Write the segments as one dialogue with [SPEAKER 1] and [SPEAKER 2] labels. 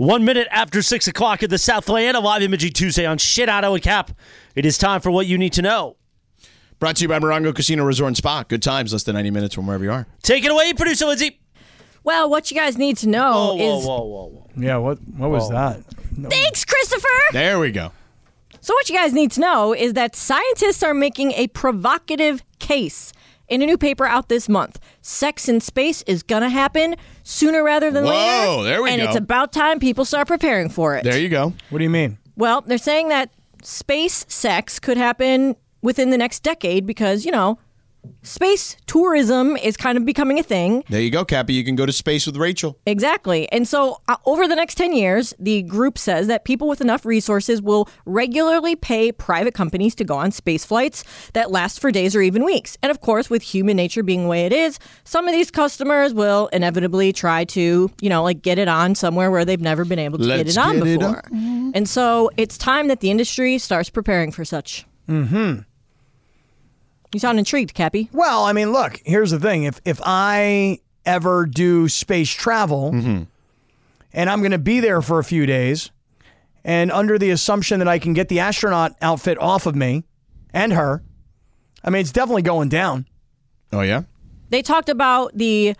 [SPEAKER 1] One minute after six o'clock at the Southland, a live imaging Tuesday on Shit Out of a Cap. It is time for what you need to know.
[SPEAKER 2] Brought to you by Morongo Casino Resort and Spa. Good times, less than 90 minutes from wherever you are.
[SPEAKER 1] Take it away, producer Lindsay.
[SPEAKER 3] Well, what you guys need to know
[SPEAKER 1] Whoa, whoa,
[SPEAKER 3] Oh, is
[SPEAKER 1] whoa, whoa, whoa.
[SPEAKER 4] Yeah, what what was that? No.
[SPEAKER 3] thanks, Christopher.
[SPEAKER 2] There we go.
[SPEAKER 3] So, what you guys need to know is that scientists are making a provocative case in a new paper out this month. Sex in space is gonna happen sooner rather than
[SPEAKER 2] Whoa,
[SPEAKER 3] later.
[SPEAKER 2] there we
[SPEAKER 3] and
[SPEAKER 2] go.
[SPEAKER 3] it's about time people start preparing for it.
[SPEAKER 2] There you go.
[SPEAKER 4] What do you mean?
[SPEAKER 3] Well, they're saying that space sex could happen within the next decade because, you know, space tourism is kind of becoming a thing.
[SPEAKER 2] There you go, Cappy. You can go to space with Rachel.
[SPEAKER 3] Exactly. And so, uh, over the next 10 years, the group says that people with enough resources will regularly pay private companies to go on space flights that last for days or even weeks. And of course, with human nature being the way it is, some of these customers will inevitably try to, you know, like get it on somewhere where they've never been able to get
[SPEAKER 2] Let's
[SPEAKER 3] it on
[SPEAKER 2] get it
[SPEAKER 3] before. And so, it's time that the industry starts preparing for such. Mm hmm. You sound intrigued, Cappy.
[SPEAKER 4] Well, I mean, look, here's the thing. If if I ever do space travel and I'm going to be there for a few days and under the assumption that I can get the astronaut outfit off of me and her, I mean, it's definitely going down.
[SPEAKER 2] Oh, yeah?
[SPEAKER 3] They talked about the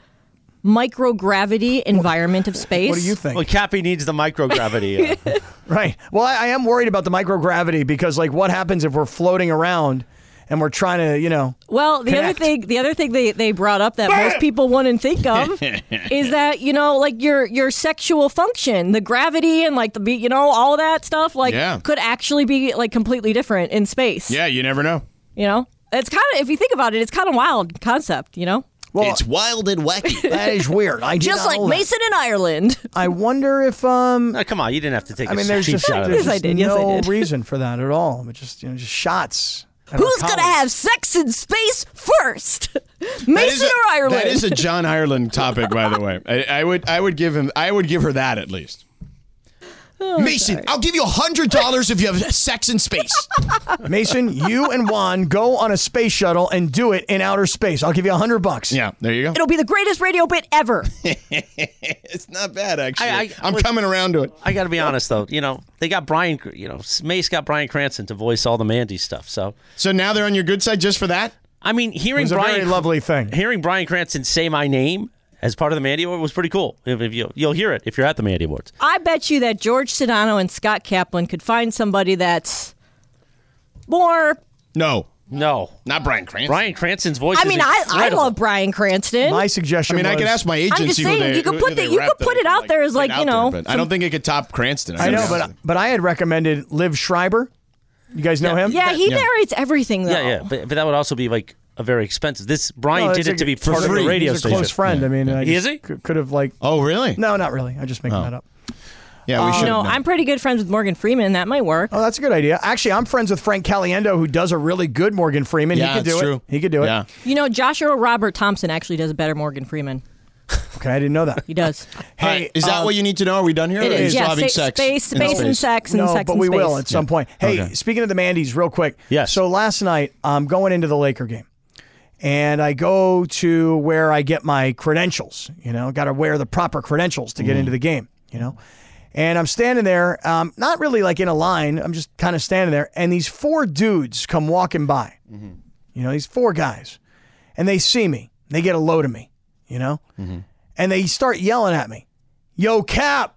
[SPEAKER 3] microgravity environment of space.
[SPEAKER 4] What do you think?
[SPEAKER 1] Well, Cappy needs the microgravity. uh,
[SPEAKER 4] Right. Well, I, I am worried about the microgravity because, like, what happens if we're floating around and we're trying to, you know,
[SPEAKER 3] Well, the
[SPEAKER 4] Connect.
[SPEAKER 3] other thing the other thing they, they brought up that most people wouldn't think of is that, you know, like your your sexual function, the gravity and like the be- you know, all that stuff like
[SPEAKER 2] Yeah.
[SPEAKER 3] could actually be like completely different in space.
[SPEAKER 2] Yeah, you never know.
[SPEAKER 3] You know? It's kind of if you think about it, it's kind of wild concept, you know?
[SPEAKER 4] well,
[SPEAKER 2] it's wild and wacky.
[SPEAKER 4] that is weird. I did
[SPEAKER 3] Just
[SPEAKER 4] not
[SPEAKER 3] like
[SPEAKER 4] know that.
[SPEAKER 3] Mason in Ireland.
[SPEAKER 4] I wonder if, um,
[SPEAKER 1] oh, come on, you didn't have to take
[SPEAKER 4] I mean,
[SPEAKER 1] a
[SPEAKER 4] there's
[SPEAKER 1] cheap
[SPEAKER 4] just,
[SPEAKER 1] shot. at
[SPEAKER 4] there's
[SPEAKER 1] it.
[SPEAKER 3] Yes, I
[SPEAKER 4] just
[SPEAKER 3] did. Yes, I
[SPEAKER 4] no
[SPEAKER 3] did.
[SPEAKER 4] reason for that at all. But just, you know, just shots. at our
[SPEAKER 3] Who's going to
[SPEAKER 4] colleagues.
[SPEAKER 3] have sex in space first?
[SPEAKER 2] That is
[SPEAKER 3] Mason
[SPEAKER 2] a-
[SPEAKER 3] or Ireland?
[SPEAKER 2] That is a John Ireland topic, by the way. I, I would I would give him I would give her that at least. Mason, I'll give you hundred dollars if you have sex in space.
[SPEAKER 4] Mason, you and Juan go on a space shuttle and do it in outer space. I'll give you a hundred bucks.
[SPEAKER 2] yeah, there you go.
[SPEAKER 3] It'll be the greatest radio bit ever.
[SPEAKER 2] It's not bad actually.
[SPEAKER 1] I-
[SPEAKER 2] I,
[SPEAKER 1] I-
[SPEAKER 2] am
[SPEAKER 1] look-
[SPEAKER 2] coming around to it.
[SPEAKER 1] I got to be honest though, you know they got Brian, you know Mace got Brian Cranston to voice all the Mandy stuff. So
[SPEAKER 2] So now they're on your good side just for that.
[SPEAKER 1] I mean,
[SPEAKER 4] It
[SPEAKER 1] hearing
[SPEAKER 4] was a
[SPEAKER 1] Brian,
[SPEAKER 4] very lovely thing.
[SPEAKER 1] hearing Brian Cranston say my name as part of the Mandy Award was pretty cool. If, if you you'll hear it if you're at the Mandy Awards.
[SPEAKER 3] I bet you that George Sedano and Scott Kaplan could find somebody that's more.
[SPEAKER 2] No,
[SPEAKER 1] No,
[SPEAKER 2] not Brian Cranston.
[SPEAKER 1] Brian Cranston's voice.
[SPEAKER 3] I
[SPEAKER 1] is
[SPEAKER 3] mean, I, I
[SPEAKER 1] incredible.
[SPEAKER 3] love Brian Cranston.
[SPEAKER 4] My
[SPEAKER 2] I
[SPEAKER 4] suggestion.
[SPEAKER 2] mean, I
[SPEAKER 4] was-
[SPEAKER 2] could ask my
[SPEAKER 3] just
[SPEAKER 2] agency. who
[SPEAKER 3] saying,
[SPEAKER 2] they-
[SPEAKER 3] you could
[SPEAKER 2] who
[SPEAKER 3] put
[SPEAKER 2] they
[SPEAKER 3] the- you
[SPEAKER 2] wrapped
[SPEAKER 3] could put it out there as,
[SPEAKER 2] put it
[SPEAKER 3] like,
[SPEAKER 2] out
[SPEAKER 3] you
[SPEAKER 2] there,
[SPEAKER 3] know,
[SPEAKER 2] but I don't think it could top Cranston.
[SPEAKER 4] I know,
[SPEAKER 2] guess.
[SPEAKER 4] but but I had recommended Liv Schreiber. You guys know him?
[SPEAKER 3] yeah, he narrates everything though.
[SPEAKER 1] Yeah, yeah, but, but that would also be like a very expensive. This Brian
[SPEAKER 4] No,
[SPEAKER 1] did
[SPEAKER 4] it's
[SPEAKER 1] it
[SPEAKER 4] a-
[SPEAKER 1] to be
[SPEAKER 4] it's
[SPEAKER 1] part
[SPEAKER 4] a-
[SPEAKER 1] of the
[SPEAKER 4] he's
[SPEAKER 1] radio
[SPEAKER 4] a
[SPEAKER 1] station.
[SPEAKER 4] close friend. I mean, I
[SPEAKER 1] Is
[SPEAKER 4] just
[SPEAKER 1] he? Oh.
[SPEAKER 4] Could, could have like.
[SPEAKER 2] oh really?
[SPEAKER 4] No, uh, not really. I'm just making that up.
[SPEAKER 2] Yeah, we
[SPEAKER 3] You
[SPEAKER 2] should.
[SPEAKER 3] know, I'm pretty good friends with Morgan Freeman. That might work.
[SPEAKER 4] Oh, that's a good idea. Actually, I'm friends with Frank Caliendo, who does a really good Morgan Freeman.
[SPEAKER 2] Yeah,
[SPEAKER 4] he could do
[SPEAKER 2] it's
[SPEAKER 4] it.
[SPEAKER 2] true.
[SPEAKER 4] He could do it.
[SPEAKER 2] Yeah.
[SPEAKER 3] You know, Joshua Robert Thompson actually does a better Morgan Freeman.
[SPEAKER 4] Okay, I didn't know that.
[SPEAKER 3] He does.
[SPEAKER 2] All right, is that what you need to know? Are we done here?
[SPEAKER 4] um, it
[SPEAKER 2] or
[SPEAKER 4] is.
[SPEAKER 2] you still
[SPEAKER 3] yeah,
[SPEAKER 2] having
[SPEAKER 3] sa-
[SPEAKER 2] sex
[SPEAKER 3] space,
[SPEAKER 2] in
[SPEAKER 3] space, and sex and
[SPEAKER 4] no,
[SPEAKER 3] sex
[SPEAKER 4] but
[SPEAKER 3] and
[SPEAKER 4] we
[SPEAKER 3] space.
[SPEAKER 4] will at some point. Hey,
[SPEAKER 2] Okay.
[SPEAKER 4] speaking of the Mandy's, real quick.
[SPEAKER 1] Yes.
[SPEAKER 4] So last night, I'm going into the Laker game, and I go to where I get my credentials. You know, got to wear the proper credentials to get into the game. You know, and I'm standing there, um, not really like in a line. I'm just kind of standing there, and these four dudes come walking by. You know, these four guys, and they see me. They get a load of me. You know,
[SPEAKER 2] Mm-hmm.
[SPEAKER 4] and they start yelling at me, "Yo, Cap,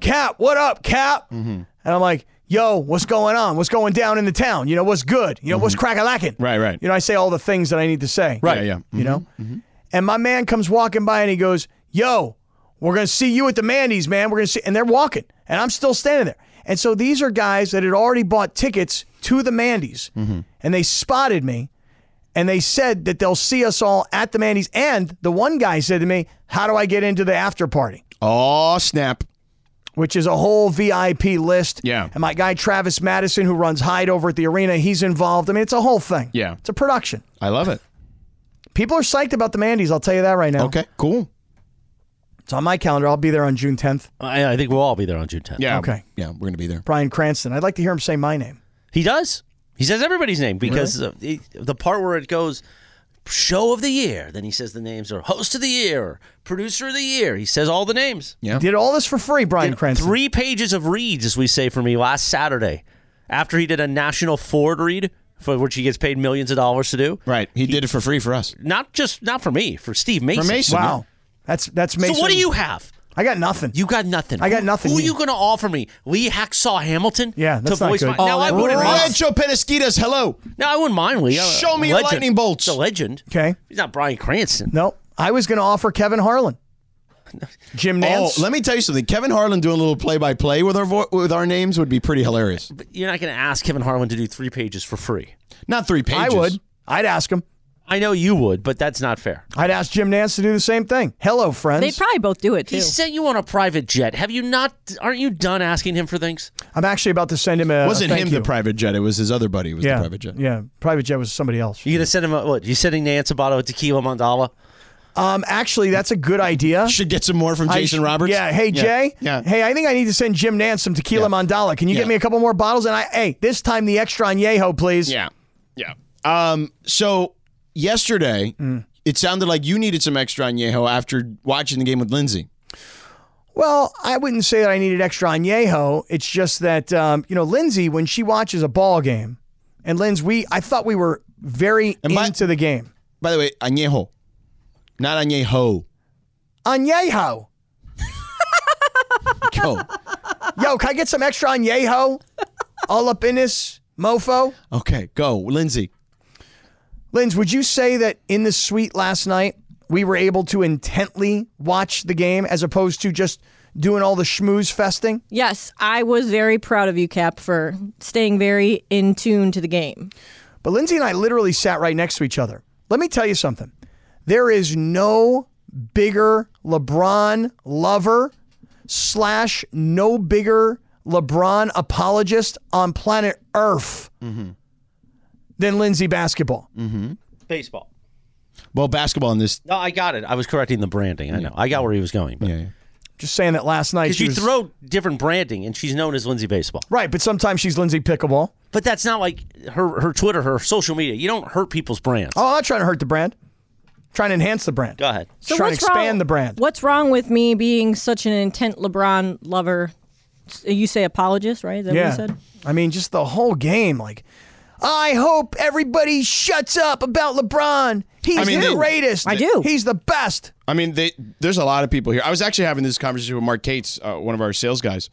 [SPEAKER 4] Cap, what up, Cap?"
[SPEAKER 2] Mm-hmm.
[SPEAKER 4] And I'm like, yo, what's going on? What's going down in the town? You know, what's good? You know, what's crack a lacking?
[SPEAKER 2] Mm-hmm. Right, right.
[SPEAKER 4] You know, I say all the things that I need to say.
[SPEAKER 2] Right, yeah. Mm-hmm.
[SPEAKER 4] You know? And my man comes walking by and he goes, yo, we're going to see you at the Mandy's, man. We're going to see. And they're walking. And I'm still standing there. And so these are guys that had already bought tickets to the Mandy's
[SPEAKER 2] Mm-hmm.
[SPEAKER 4] and they spotted me. And they said that they'll see us all at the Mandy's. And the one guy said to me, How do I get into the after party?
[SPEAKER 2] Oh snap!
[SPEAKER 4] which is a whole VIP list.
[SPEAKER 2] Yeah.
[SPEAKER 4] And my guy Travis Madison, who runs Hyde over at the arena, he's involved. I mean, it's a whole thing.
[SPEAKER 2] Yeah.
[SPEAKER 4] It's a production.
[SPEAKER 2] I love it.
[SPEAKER 4] People are psyched about the Mandy's. I'll tell you that right now.
[SPEAKER 2] Okay, cool.
[SPEAKER 4] It's on my calendar. I'll be there on June 10th.
[SPEAKER 1] I, I think we'll all be there on June 10th.
[SPEAKER 2] Yeah.
[SPEAKER 4] Okay.
[SPEAKER 2] Yeah, we're gonna be there.
[SPEAKER 4] Brian Cranston. I'd like to hear him say my name.
[SPEAKER 1] He does. He says everybody's name because uh, he- the part where it goes show of the year, then he says the names are host of the year, producer of the year. He says all the names.
[SPEAKER 2] Yeah.
[SPEAKER 4] Did all this for free, Brian Cranston.
[SPEAKER 1] Three pages of reads, as we say for me, last Saturday after he did a national Ford read for which he gets paid millions of dollars to do.
[SPEAKER 2] Right. He, did it for free for us.
[SPEAKER 1] Not just not for me, for Steve Mason.
[SPEAKER 2] For Mason.
[SPEAKER 4] Wow. That's that's
[SPEAKER 1] So
[SPEAKER 4] Mason.
[SPEAKER 1] what do you have?
[SPEAKER 4] I got nothing.
[SPEAKER 1] You got nothing.
[SPEAKER 4] I got
[SPEAKER 1] Who-
[SPEAKER 4] nothing
[SPEAKER 1] Who are
[SPEAKER 4] here.
[SPEAKER 1] you going to offer me? Lee Hacksaw Hamilton?
[SPEAKER 4] Yeah,
[SPEAKER 1] to
[SPEAKER 4] that's not
[SPEAKER 1] voice
[SPEAKER 4] good.
[SPEAKER 1] My,
[SPEAKER 4] Oh,
[SPEAKER 1] now, I
[SPEAKER 4] that
[SPEAKER 1] wouldn't
[SPEAKER 4] ruins
[SPEAKER 1] mind.
[SPEAKER 4] it.
[SPEAKER 2] Rancho Penasquitas, hello.
[SPEAKER 1] Now I wouldn't mind Lee.
[SPEAKER 2] Show me
[SPEAKER 1] Legend.
[SPEAKER 2] lightning bolts.
[SPEAKER 1] He's a legend.
[SPEAKER 4] Okay.
[SPEAKER 1] He's not Brian Cranston.
[SPEAKER 4] no. I was going to offer Kevin Harlan. Jim
[SPEAKER 2] Oh,
[SPEAKER 4] Nance.
[SPEAKER 2] let me tell you something. Kevin Harlan doing a little play-by-play with our vo- with our names would be pretty hilarious.
[SPEAKER 1] But you're not going to ask Kevin Harlan to do three pages for free.
[SPEAKER 2] Not three pages.
[SPEAKER 4] I would. I'd ask him.
[SPEAKER 1] I know you would, but that's not fair.
[SPEAKER 4] I'd ask Jim Nance to do the same thing. Hello, friends.
[SPEAKER 3] They'd probably both do it too.
[SPEAKER 1] He sent you on a private jet. Have you not? Aren't you done asking him for things?
[SPEAKER 4] I'm actually about to send him a.
[SPEAKER 2] It wasn't
[SPEAKER 4] a Uh, thank
[SPEAKER 2] him
[SPEAKER 4] you.
[SPEAKER 2] the private jet. It was his other buddy. Was
[SPEAKER 4] yeah,
[SPEAKER 2] the private jet.
[SPEAKER 4] Yeah, private jet was somebody else.
[SPEAKER 1] You gonna send him a, what? You sending Nance a bottle of tequila mandala?
[SPEAKER 4] Um, actually, that's a good idea.
[SPEAKER 2] Should get some more from
[SPEAKER 4] I-
[SPEAKER 2] Jason Roberts.
[SPEAKER 4] Yeah. Hey, Jay.
[SPEAKER 2] Yeah.
[SPEAKER 4] Hey, I think I need to send Jim Nance some tequila mandala. Can you
[SPEAKER 2] Yeah.
[SPEAKER 4] get me a couple more bottles? And I, hey, this time the extra añejo, please.
[SPEAKER 2] Yeah. Yeah. Um, so yesterday,
[SPEAKER 4] Mm.
[SPEAKER 2] it sounded like you needed some extra añejo after watching the game with Lindsay.
[SPEAKER 4] Well, I wouldn't say that I needed extra añejo. It's just that um, you know, Lindsay, when she watches a ball game, and Linz, we, I thought we were very
[SPEAKER 2] by-
[SPEAKER 4] into the game.
[SPEAKER 2] By the way, añejo, not añejo.
[SPEAKER 4] Añejo.
[SPEAKER 2] Go.
[SPEAKER 4] Yo, can I get some extra añejo? All up in this mofo.
[SPEAKER 2] okay, go, Lindsay.
[SPEAKER 4] Linz, would you say that in the suite last night, we were able to intently watch the game as opposed to just doing all the schmooze festing?
[SPEAKER 3] Yes, I was very proud of you, Cap, for staying very in tune to the game.
[SPEAKER 4] But Lindsay and I literally sat right next to each other. Let me tell you something. There is no bigger LeBron lover slash no bigger LeBron apologist on planet Earth than Lindsay basketball.
[SPEAKER 1] Baseball.
[SPEAKER 2] Well, basketball in this.
[SPEAKER 1] No, I got it. I was correcting the branding. I know. I got where he was going. But.
[SPEAKER 2] Yeah.
[SPEAKER 4] Just saying that last night.
[SPEAKER 1] Because
[SPEAKER 4] She
[SPEAKER 1] you
[SPEAKER 4] was,
[SPEAKER 1] throw different branding, and she's known as Lindsay Baseball.
[SPEAKER 4] right, but sometimes she's Lindsay Pickleball.
[SPEAKER 1] But that's not like her her Twitter, her social media. You don't hurt people's brands.
[SPEAKER 4] Oh, I'm not trying to hurt the brand. trying to enhance the brand.
[SPEAKER 1] Go ahead.
[SPEAKER 3] So
[SPEAKER 4] trying to
[SPEAKER 3] what's
[SPEAKER 4] expand
[SPEAKER 3] wrong,
[SPEAKER 4] the brand.
[SPEAKER 3] What's wrong with me being such an intent LeBron lover? S- You say apologist, right? Is that what
[SPEAKER 4] Yeah.
[SPEAKER 3] you said?
[SPEAKER 4] I mean, just the whole game. Like, I hope everybody shuts up about LeBron. He's
[SPEAKER 2] I mean,
[SPEAKER 4] the
[SPEAKER 2] they-
[SPEAKER 4] greatest.
[SPEAKER 3] I do.
[SPEAKER 4] He's the best.
[SPEAKER 2] I mean, they, there's a lot of people here. I was actually having this conversation with Mark Cates, uh, one of our sales guys,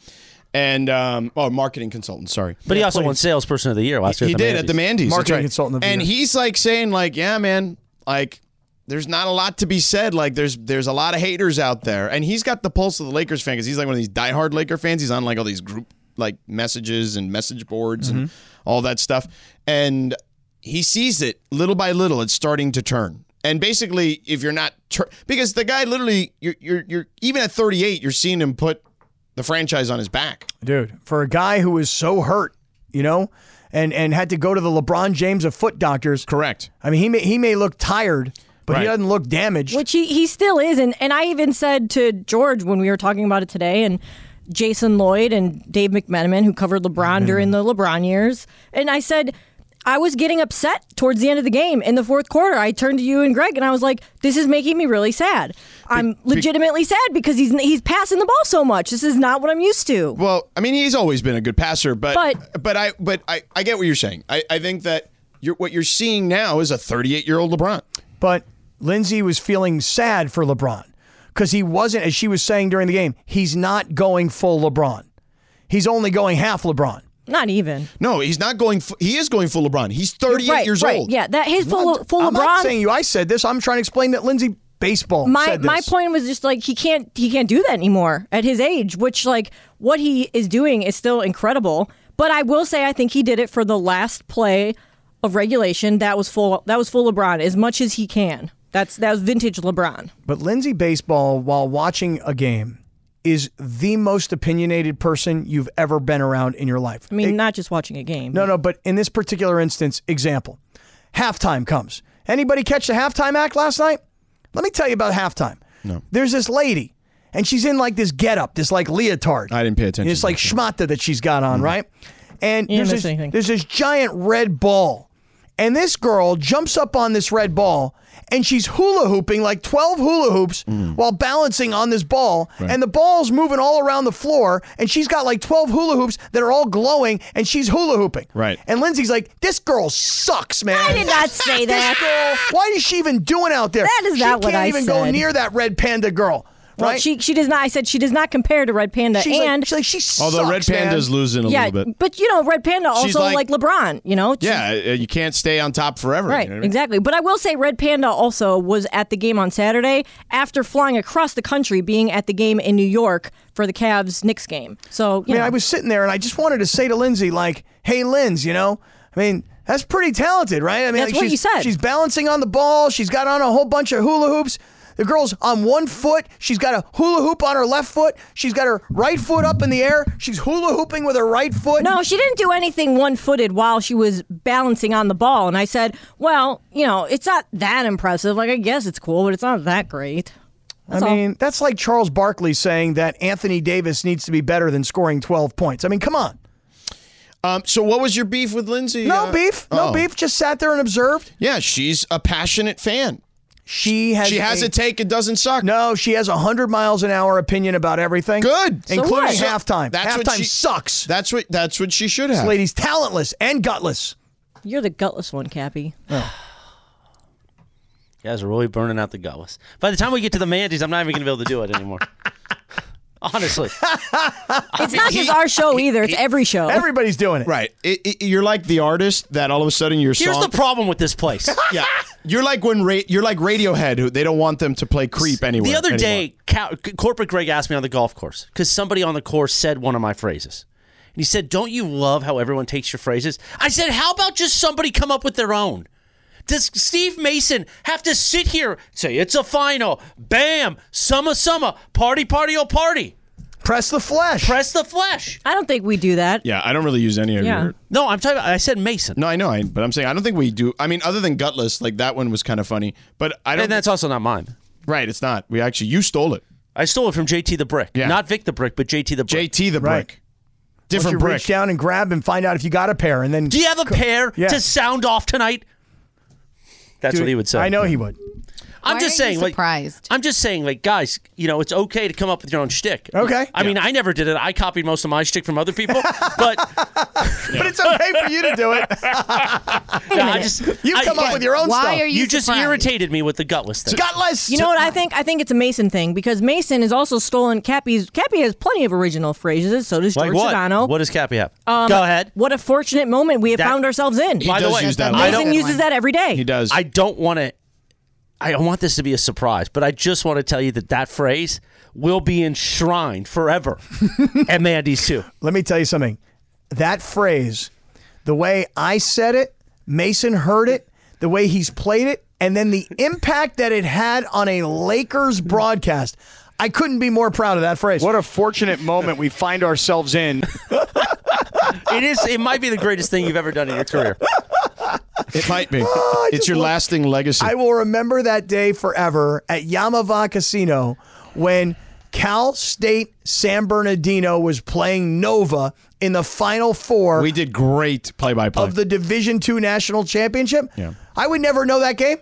[SPEAKER 2] and um, oh, marketing consultant. Sorry,
[SPEAKER 1] But he also won Salesperson of the Year last year.
[SPEAKER 2] he
[SPEAKER 1] at the
[SPEAKER 2] did
[SPEAKER 1] Mandy's.
[SPEAKER 2] at the Mandy's that's
[SPEAKER 4] Marketing
[SPEAKER 2] right.
[SPEAKER 4] consultant of the
[SPEAKER 2] and
[SPEAKER 4] year.
[SPEAKER 2] he's like saying, like, yeah, man, like, there's not a lot to be said. Like, there's there's a lot of haters out there, and he's got the pulse of the Lakers fan because he's like one of these diehard Laker fans. He's on like all these group like messages and message boards and
[SPEAKER 4] Mm-hmm.
[SPEAKER 2] all that stuff, and he sees it little by little. It's starting to turn. And basically, if you're not tur- because the guy literally, you're, you're you're even at 38, you're seeing him put the franchise on his back.
[SPEAKER 4] Dude, for a guy who was so hurt, you know, and, and had to go to the LeBron James of foot doctors.
[SPEAKER 2] Correct.
[SPEAKER 4] I mean, he may, he may look tired, but
[SPEAKER 2] Right.
[SPEAKER 4] he doesn't look damaged.
[SPEAKER 3] Which he, he still is. And, and I even said to George when we were talking about it today, and Jason Lloyd and Dave McMenamin, who covered LeBron
[SPEAKER 4] Mm-hmm.
[SPEAKER 3] during the LeBron years. And I said, I was getting upset towards the end of the game in the fourth quarter. I turned to you and Greg and I was like, this is making me really sad. I'm legitimately sad because he's, he's passing the ball so much. This is not what I'm used to.
[SPEAKER 2] Well, I mean, he's always been a good passer, but but,
[SPEAKER 3] But-
[SPEAKER 2] I but I, I get what you're saying. I, I think that you're what you're seeing now is a 38 year old LeBron.
[SPEAKER 4] But Lindsay was feeling sad for LeBron because he wasn't, as she was saying during the game, he's not going full LeBron. He's only going half LeBron.
[SPEAKER 3] Not even.
[SPEAKER 2] No, he's not going. Fu- he is going full LeBron. He's 38
[SPEAKER 3] right,
[SPEAKER 2] years
[SPEAKER 3] right.
[SPEAKER 2] old.
[SPEAKER 3] Yeah, that his full full
[SPEAKER 4] I'm
[SPEAKER 3] LeBron.
[SPEAKER 4] not saying you. I said this. I'm trying to explain that Lindsay baseball.
[SPEAKER 3] my
[SPEAKER 4] said this.
[SPEAKER 3] my point was just like he can't he can't do that anymore at his age, which like what he is doing is still incredible. But I will say I think he did it for the last play of regulation. That was full that was full LeBron as much as he can. That's that was vintage LeBron.
[SPEAKER 4] But Lindsay baseball, while watching a game, is the most opinionated person you've ever been around in your life.
[SPEAKER 3] I mean, not just watching a game.
[SPEAKER 4] No, no, but in this particular instance, example, halftime comes. Anybody catch the halftime act last night? Let me tell you about halftime. No. There's this lady, and she's in like this getup, this like leotard.
[SPEAKER 2] I didn't pay attention
[SPEAKER 4] And it's like
[SPEAKER 2] to Mm-hmm.
[SPEAKER 4] schmata that she's got on, right? And
[SPEAKER 3] You didn't
[SPEAKER 4] there's
[SPEAKER 3] miss
[SPEAKER 4] this,
[SPEAKER 3] anything.
[SPEAKER 4] there's this giant red ball, and this girl jumps up on this red ball. And she's hula hooping like 12 hula hoops
[SPEAKER 2] Mm-hmm.
[SPEAKER 4] while balancing on this ball. And the ball's moving all around the floor. And she's got like 12 hula hoops that are all glowing. And she's hula hooping.
[SPEAKER 2] Right.
[SPEAKER 4] And Lindsay's like, this girl sucks, man.
[SPEAKER 3] I did not say
[SPEAKER 4] This
[SPEAKER 3] that.
[SPEAKER 4] girl, why is she even doing out there?
[SPEAKER 3] That is
[SPEAKER 4] she
[SPEAKER 3] not what
[SPEAKER 4] can't
[SPEAKER 3] I
[SPEAKER 4] even go
[SPEAKER 3] said.
[SPEAKER 4] near that red panda girl, right?
[SPEAKER 3] Well, she she does not. I said she does not compare to Red Panda,
[SPEAKER 4] she's
[SPEAKER 3] and
[SPEAKER 4] like, she's like, she sucks,
[SPEAKER 2] Although Red
[SPEAKER 4] man.
[SPEAKER 2] Panda's losing a
[SPEAKER 3] yeah,
[SPEAKER 2] little bit.
[SPEAKER 3] but you know, Red Panda
[SPEAKER 2] She's
[SPEAKER 3] also
[SPEAKER 2] like-
[SPEAKER 3] like, LeBron. You know, She's-
[SPEAKER 2] Yeah, uh, you can't stay on top forever.
[SPEAKER 3] Right,
[SPEAKER 2] you know what I mean?
[SPEAKER 3] exactly. But I will say Red Panda also was at the game on Saturday after flying across the country, being at the game in New York for the Cavs Knicks game. So, you
[SPEAKER 4] I mean,
[SPEAKER 3] know,
[SPEAKER 4] I was sitting there and I just wanted to say to Lindsay, like, hey, Lindsay, you know, I mean, that's pretty talented, right? I mean,
[SPEAKER 3] That's
[SPEAKER 4] like,
[SPEAKER 3] what
[SPEAKER 4] she's,
[SPEAKER 3] you said.
[SPEAKER 4] She's balancing on the ball. She's got on a whole bunch of hula hoops. The girl's on one foot. She's got a hula hoop on her left foot. She's got her right foot up in the air. She's hula hooping with her right foot.
[SPEAKER 3] no, she didn't do anything one footed while she was balancing on the ball. And I said, well, you know, it's not that impressive. Like, I guess it's cool, but it's not that great. That's
[SPEAKER 4] I
[SPEAKER 3] all.
[SPEAKER 4] mean, that's like Charles Barkley saying that Anthony Davis needs to be better than scoring 12 points. I mean, come on.
[SPEAKER 2] Um, so what was your beef with Lindsay?
[SPEAKER 4] No
[SPEAKER 2] Uh,
[SPEAKER 4] beef. No
[SPEAKER 2] oh.
[SPEAKER 4] beef. Just sat there and observed.
[SPEAKER 2] Yeah, she's a passionate fan.
[SPEAKER 4] She has
[SPEAKER 2] She has
[SPEAKER 4] a,
[SPEAKER 2] a take. It doesn't suck.
[SPEAKER 4] No, she has a 100 miles an hour opinion about everything.
[SPEAKER 2] Good. So
[SPEAKER 4] Including
[SPEAKER 3] what?
[SPEAKER 4] halftime.
[SPEAKER 2] That's what
[SPEAKER 4] halftime
[SPEAKER 2] she-
[SPEAKER 4] sucks.
[SPEAKER 2] That's what. That's what she should have.
[SPEAKER 4] This lady's talentless and gutless.
[SPEAKER 3] You're the gutless one, Cappy.
[SPEAKER 1] You guys are really burning out the gutless. By the time we get to the Mantis, I'm not even gonna be able to do it anymore. Honestly,
[SPEAKER 3] It's not just our show either, it's every show.
[SPEAKER 4] Everybody's doing it.
[SPEAKER 2] Oh. Right. It, it, you're like the artist that all of a sudden your
[SPEAKER 1] here's
[SPEAKER 2] song.
[SPEAKER 1] the problem with this place.
[SPEAKER 2] yeah. You're like when Ra- you're like Radiohead. Who they don't want them to play Creep anywhere.
[SPEAKER 1] The other
[SPEAKER 2] anymore.
[SPEAKER 1] day, Cow- C- corporate Greg asked me on the golf course because somebody on the course said one of my phrases, and he said, "Don't you love how everyone takes your phrases?" I said, "How about just somebody come up with their own?" Does Steve Mason have to sit here say it's a final? Bam, summa summa, party party oh party,
[SPEAKER 4] Press the flesh.
[SPEAKER 1] press the flesh.
[SPEAKER 3] I don't think we do that.
[SPEAKER 2] Yeah, I don't really use any of
[SPEAKER 3] Yeah.
[SPEAKER 2] your.
[SPEAKER 1] No, I'm talking. About, I said Mason,
[SPEAKER 2] No, I know, I, but I'm saying I don't think we do. I mean, other than gutless, like that one was kind of funny, but I don't.
[SPEAKER 1] and that's also not mine.
[SPEAKER 2] right. It's not. We actually you stole it.
[SPEAKER 1] I stole it from JT the Brick,
[SPEAKER 2] Yeah.
[SPEAKER 1] not Vic the Brick, but JT the Brick.
[SPEAKER 2] JT the
[SPEAKER 4] Right.
[SPEAKER 2] brick,
[SPEAKER 4] Once you
[SPEAKER 2] different brick.
[SPEAKER 4] reach down and grab and find out if you got a pair and then
[SPEAKER 1] Do you have a pair
[SPEAKER 4] Yeah.
[SPEAKER 1] to sound off tonight? That's what he would say.
[SPEAKER 4] I know he would.
[SPEAKER 1] I'm
[SPEAKER 5] Why
[SPEAKER 1] just
[SPEAKER 5] are you
[SPEAKER 1] saying, like,
[SPEAKER 5] surprised?
[SPEAKER 1] I'm just saying, like, guys, you know, it's okay to come up with your own shtick.
[SPEAKER 4] Okay.
[SPEAKER 1] I mean, I never did it. I copied most of my shtick from other people, but
[SPEAKER 4] But it's okay for you to do it.
[SPEAKER 1] no, I just
[SPEAKER 4] You
[SPEAKER 1] I-
[SPEAKER 4] come up with your own
[SPEAKER 5] Why
[SPEAKER 4] stuff.
[SPEAKER 5] are you,
[SPEAKER 1] You just
[SPEAKER 5] surprised?
[SPEAKER 1] irritated me with the gutless thing.
[SPEAKER 4] gutless.
[SPEAKER 3] You know what I think? I think it's a Mason thing because Mason has also stolen Cappy's. Cappy has plenty of original phrases. So does George
[SPEAKER 1] like what?
[SPEAKER 3] Sedano.
[SPEAKER 1] What does Cappy have? Go ahead.
[SPEAKER 3] What a fortunate moment we have
[SPEAKER 1] That-
[SPEAKER 3] found ourselves in.
[SPEAKER 2] He
[SPEAKER 1] By the
[SPEAKER 2] does
[SPEAKER 1] way,
[SPEAKER 2] use that.
[SPEAKER 5] I
[SPEAKER 1] I
[SPEAKER 5] don't-
[SPEAKER 1] don't.
[SPEAKER 3] Mason uses that every day.
[SPEAKER 2] He does.
[SPEAKER 1] I don't want to. I don't want this to be a surprise, but I just want to tell you that that phrase will be enshrined forever, and Mandy's too.
[SPEAKER 4] Let me tell you something. That phrase, the way I said it, Mason heard it, the way he's played it, and then the impact that it had on a Lakers broadcast. I couldn't be more proud of that phrase.
[SPEAKER 6] What a fortunate moment we find ourselves in.
[SPEAKER 1] It is. It might be the greatest thing you've ever done in your career.
[SPEAKER 2] it might be. it's your lasting legacy.
[SPEAKER 4] I will remember that day forever at Yamava Casino when Cal State San Bernardino was playing Nova in the Final Four
[SPEAKER 2] we did great play-by-play.
[SPEAKER 4] of the Division Two National Championship. I would never know that game,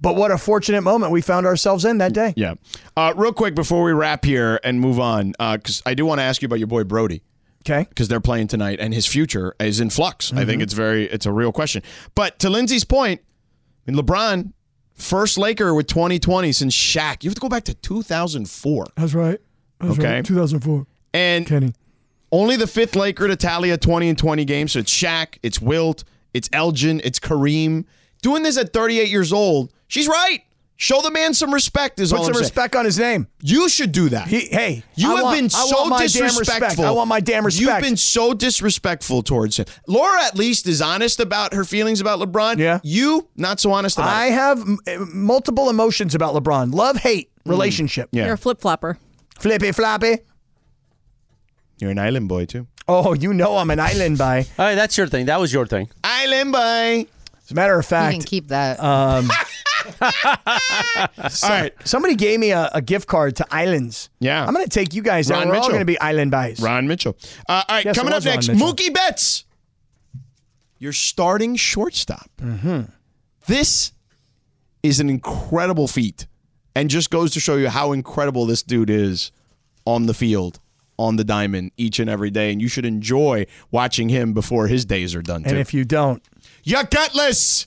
[SPEAKER 4] but what a fortunate moment we found ourselves in that day.
[SPEAKER 2] Yeah. Uh, real quick before we wrap here and move on, because I do want to ask you about your boy Brody.
[SPEAKER 4] Okay.
[SPEAKER 2] Because they're playing tonight, and his future is in flux. I
[SPEAKER 4] Mm-hmm.
[SPEAKER 2] think it's very, it's a real question. But to Lindsay's point, I mean, LeBron, first Laker with 2020 since Shaq. You have to go back to 2004,
[SPEAKER 4] That's right. That's
[SPEAKER 2] Okay. right.
[SPEAKER 4] 2004.
[SPEAKER 2] and
[SPEAKER 4] Kenny.
[SPEAKER 2] only the fifth Laker to tally a 20 and 20 game. So it's Shaq, it's Wilt, it's Elgin, it's Kareem. Doing this at 38 years old, she's right. Show the man some respect. Is
[SPEAKER 4] Put
[SPEAKER 2] all
[SPEAKER 4] some
[SPEAKER 2] I'm saying.
[SPEAKER 4] respect on his name.
[SPEAKER 2] You should do that.
[SPEAKER 4] He, hey,
[SPEAKER 2] You
[SPEAKER 4] I
[SPEAKER 2] have
[SPEAKER 4] want-
[SPEAKER 2] been
[SPEAKER 4] I
[SPEAKER 2] so
[SPEAKER 4] want my damn respect.
[SPEAKER 2] disrespectful.
[SPEAKER 4] I want my damn respect.
[SPEAKER 2] You've been so disrespectful towards him. Laura at least is honest about her feelings about LeBron.
[SPEAKER 4] Yeah.
[SPEAKER 2] You not so honest about
[SPEAKER 4] I eh,
[SPEAKER 2] it.
[SPEAKER 4] have m- multiple emotions about LeBron: love, hate, relationship.
[SPEAKER 2] Mm. Yeah.
[SPEAKER 3] You're a flip flopper.
[SPEAKER 4] Flippy floppy.
[SPEAKER 2] You're an island boy too.
[SPEAKER 4] Oh, you know I'm an island by.
[SPEAKER 1] All right, that's your thing. That was your thing.
[SPEAKER 2] Island boy.
[SPEAKER 4] As a matter of
[SPEAKER 5] You can
[SPEAKER 4] fact,
[SPEAKER 5] keep that.
[SPEAKER 2] All right.
[SPEAKER 4] somebody gave me a, a gift card to islands.
[SPEAKER 2] Yeah.
[SPEAKER 4] I'm going to take you guys out.
[SPEAKER 2] Ron
[SPEAKER 4] We're all
[SPEAKER 2] Mitchell.
[SPEAKER 4] going to be island buys.
[SPEAKER 2] Ron Mitchell. Uh, all right,
[SPEAKER 4] Yes,
[SPEAKER 2] coming
[SPEAKER 4] it
[SPEAKER 2] up
[SPEAKER 4] was Ron
[SPEAKER 2] next,
[SPEAKER 4] Mitchell.
[SPEAKER 2] Mookie Betts. Your starting shortstop.
[SPEAKER 4] Mm-hmm.
[SPEAKER 2] This is an incredible feat, and just goes to show you how incredible this dude is on the field, on the diamond, each and every day. And you should enjoy watching him before his days are done. Too.
[SPEAKER 4] And if you don't,
[SPEAKER 2] You're gutless.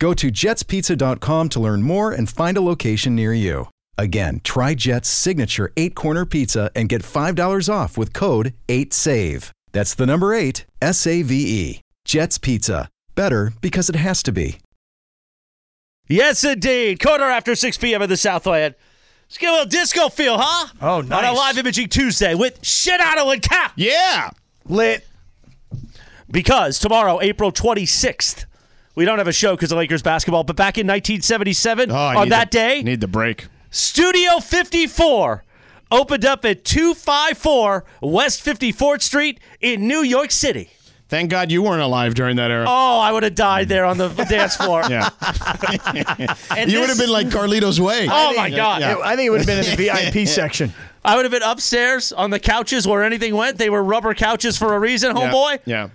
[SPEAKER 7] Go to jetspizza.com to learn more and find a location near you. Again, try Jet's signature eight corner pizza and get $5 off with code 8SAVE. That's the number eight, S A V E. Jet's Pizza. Better because it has to be.
[SPEAKER 1] Yes, indeed. Quarter after 6 p.m. in the Southland. Let's get a little disco feel, huh?
[SPEAKER 4] Oh,
[SPEAKER 1] On our
[SPEAKER 4] nice.
[SPEAKER 1] live imaging Tuesday with Shinano and Cap.
[SPEAKER 2] Yeah.
[SPEAKER 4] lit.
[SPEAKER 1] because tomorrow, April 26th, we don't have a show because of Lakers basketball, but back in 1977,
[SPEAKER 2] Oh, I
[SPEAKER 1] on
[SPEAKER 2] need
[SPEAKER 1] that
[SPEAKER 2] the-
[SPEAKER 1] day,
[SPEAKER 2] need the break.
[SPEAKER 1] Studio 54 opened up at 254 West 54th Street in New York City.
[SPEAKER 2] Thank God you weren't alive during that era.
[SPEAKER 1] Oh, I would have died there on the dance floor.
[SPEAKER 2] Yeah.
[SPEAKER 1] And
[SPEAKER 2] You would
[SPEAKER 1] this-
[SPEAKER 2] have been like Carlito's way.
[SPEAKER 1] Oh my God!
[SPEAKER 2] Yeah.
[SPEAKER 4] I think it would have been in the VIP section.
[SPEAKER 1] I would have been upstairs on the couches where anything went. They were rubber couches for a reason,
[SPEAKER 2] Yeah.
[SPEAKER 1] homeboy.
[SPEAKER 2] Yeah.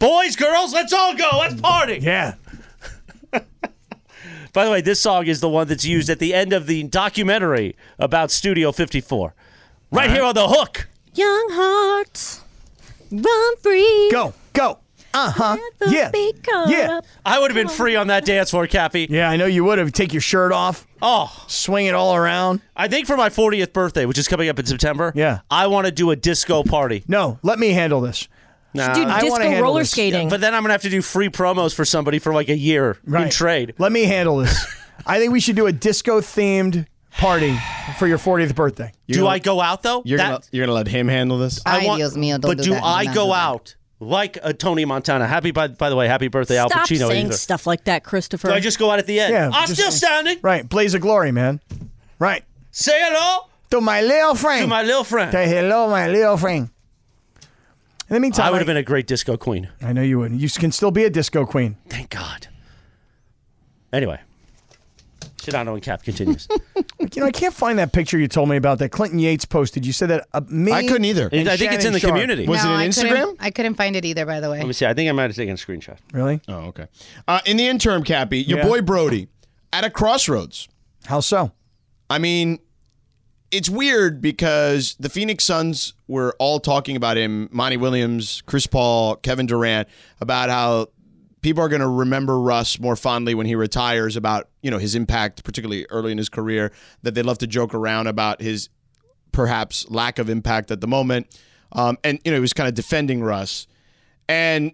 [SPEAKER 1] Boys, girls, let's all go. Let's party.
[SPEAKER 4] Yeah.
[SPEAKER 1] By the way, this song is the one that's used at the end of the documentary about Studio 54. Right here on the hook.
[SPEAKER 3] Young hearts, run free.
[SPEAKER 4] Go, go. Uh huh.
[SPEAKER 3] Never
[SPEAKER 4] Yeah.
[SPEAKER 3] be caught
[SPEAKER 4] Yeah.
[SPEAKER 3] up.
[SPEAKER 1] I would have been free on that dance floor, Cappy.
[SPEAKER 4] Yeah, I know you would have. Take your shirt off,
[SPEAKER 1] Oh,
[SPEAKER 4] swing it all around.
[SPEAKER 1] I think for my 40th birthday, which is coming up in September,
[SPEAKER 4] Yeah.
[SPEAKER 1] I want to do a disco party.
[SPEAKER 4] No, let me handle this.
[SPEAKER 3] Dude,
[SPEAKER 4] I wanna
[SPEAKER 3] disco
[SPEAKER 4] handle
[SPEAKER 3] roller
[SPEAKER 4] this.
[SPEAKER 3] skating.
[SPEAKER 1] But then I'm going to have to do free promos for somebody for like a year in trade.
[SPEAKER 4] Let me handle this. I think we should do a disco themed party for your 40th birthday.
[SPEAKER 1] do I go out though?
[SPEAKER 2] You're
[SPEAKER 1] That-
[SPEAKER 2] gonna you're gonna let him handle this.
[SPEAKER 5] Ay, Dios mío, don't
[SPEAKER 1] But
[SPEAKER 5] do
[SPEAKER 1] do
[SPEAKER 5] that. Do
[SPEAKER 1] I
[SPEAKER 5] not
[SPEAKER 1] go
[SPEAKER 5] do that.
[SPEAKER 1] out like a Tony Montana? Happy by, by the way, happy birthday, Al
[SPEAKER 3] Stop
[SPEAKER 1] Pacino.
[SPEAKER 3] saying
[SPEAKER 1] either.
[SPEAKER 3] stuff like that, Christopher.
[SPEAKER 1] Do I just go out at the end?
[SPEAKER 4] Yeah,
[SPEAKER 1] I'm
[SPEAKER 4] just-
[SPEAKER 1] still standing.
[SPEAKER 4] Right. Blaze of glory, man. Right.
[SPEAKER 1] Say hello
[SPEAKER 4] To my little
[SPEAKER 1] to
[SPEAKER 4] friend.
[SPEAKER 1] my little friend.
[SPEAKER 4] Say hello, my little friend. In the meantime,
[SPEAKER 1] I would
[SPEAKER 4] I-
[SPEAKER 1] have been a great disco queen.
[SPEAKER 4] I know you wouldn't. You can still be a disco queen.
[SPEAKER 1] Thank God. Anyway, Shidano and Cap continues.
[SPEAKER 4] You know, I can't find that picture you told me about that Clinton Yates posted. You said that uh, me.
[SPEAKER 2] I couldn't either.
[SPEAKER 1] I think it's in
[SPEAKER 4] Shannon
[SPEAKER 1] the
[SPEAKER 4] Sharp.
[SPEAKER 1] community.
[SPEAKER 2] Was it
[SPEAKER 5] No,
[SPEAKER 2] an
[SPEAKER 5] I
[SPEAKER 2] Instagram?
[SPEAKER 5] Couldn't, I couldn't find it either, by the way.
[SPEAKER 1] Let me see. I think I might have taken a screenshot.
[SPEAKER 4] Really?
[SPEAKER 2] Oh, okay. Uh, in the interim, Cappy, your
[SPEAKER 4] Yeah.
[SPEAKER 2] boy Brody at a crossroads.
[SPEAKER 4] How so?
[SPEAKER 2] I mean, it's weird because the Phoenix Suns were all talking about him, Monty Williams, Chris Paul, Kevin Durant, about how people are going to remember Russ more fondly when he retires about, you know, his impact particularly early in his career that they love to joke around about his perhaps lack of impact at the moment. Um, and you know, he was kind of defending Russ. And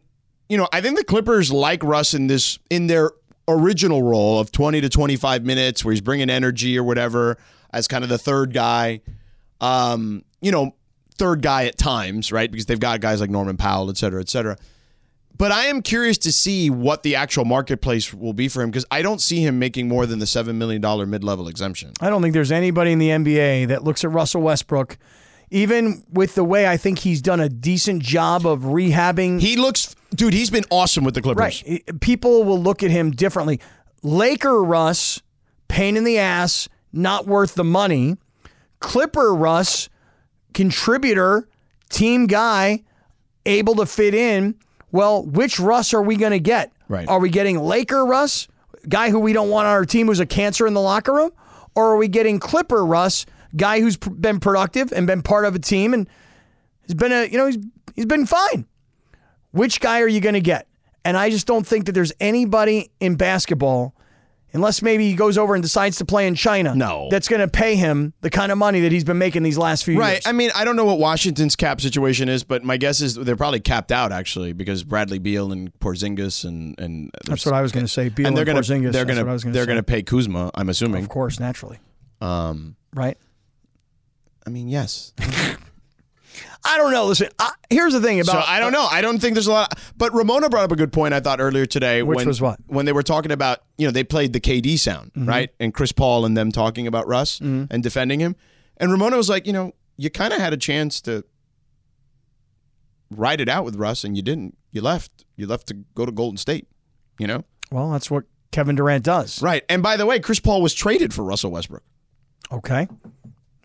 [SPEAKER 2] you know, I think the Clippers like Russ in this in their original role of 20 to 25 minutes where he's bringing energy or whatever as kind of the third guy. Um, you know, third guy at times, right? Because they've got guys like Norman Powell, et cetera, et cetera. But I am curious to see what the actual marketplace will be for him because I don't see him making more than the $7 million mid level exemption.
[SPEAKER 4] I don't think there's anybody in the NBA that looks at Russell Westbrook, even with the way I think he's done a decent job of rehabbing.
[SPEAKER 2] He looks, dude, he's been awesome with the Clippers.
[SPEAKER 4] right. He- People will look at him differently. Laker Russ, pain in the ass, not worth the money. Clipper Russ, contributor, team guy, able to fit in, well, which Russ are we going to get?
[SPEAKER 2] Right.
[SPEAKER 4] Are we getting Laker Russ, guy who we don't want on our team who's a cancer in the locker room? Or are we getting Clipper Russ, guy who's pr- been productive and been part of a team and has been a, you know, he's he's been fine. Which guy are you going to get? And I just don't think that there's anybody in basketball unless maybe he goes over and decides to play in China.
[SPEAKER 2] No.
[SPEAKER 4] That's going to pay him the kind of money that he's been making these last few
[SPEAKER 2] Right.
[SPEAKER 4] years.
[SPEAKER 2] I mean, I don't know what Washington's cap situation is, but my guess is they're probably capped out actually because Bradley Beal and Porzingis and and
[SPEAKER 4] That's what I was going to say. Beal
[SPEAKER 2] and they're going to
[SPEAKER 4] Porzingis.
[SPEAKER 2] they're
[SPEAKER 4] That's
[SPEAKER 2] going
[SPEAKER 4] what I was
[SPEAKER 2] to
[SPEAKER 4] gonna
[SPEAKER 2] they're
[SPEAKER 4] say.
[SPEAKER 2] going to pay Kuzma. I'm assuming.
[SPEAKER 4] Of course, naturally.
[SPEAKER 2] Um,
[SPEAKER 4] Right.
[SPEAKER 2] I mean, yes.
[SPEAKER 4] I don't know. Listen, I, here's the thing about
[SPEAKER 2] so I don't know. I don't think there's a lot. But Ramona brought up a good point I thought earlier today.
[SPEAKER 4] Which
[SPEAKER 2] when,
[SPEAKER 4] was what?
[SPEAKER 2] When they were talking about, you know, they played the KD sound, right? And Chris Paul and them talking about Russ and defending him. And Ramona was like, you know, you kind of had a chance to ride it out with Russ, and you didn't. You left. You left to go to Golden State. You know,
[SPEAKER 4] Well, that's what Kevin Durant does.
[SPEAKER 2] right? And by the way, Chris Paul was traded for Russell Westbrook.
[SPEAKER 4] Okay.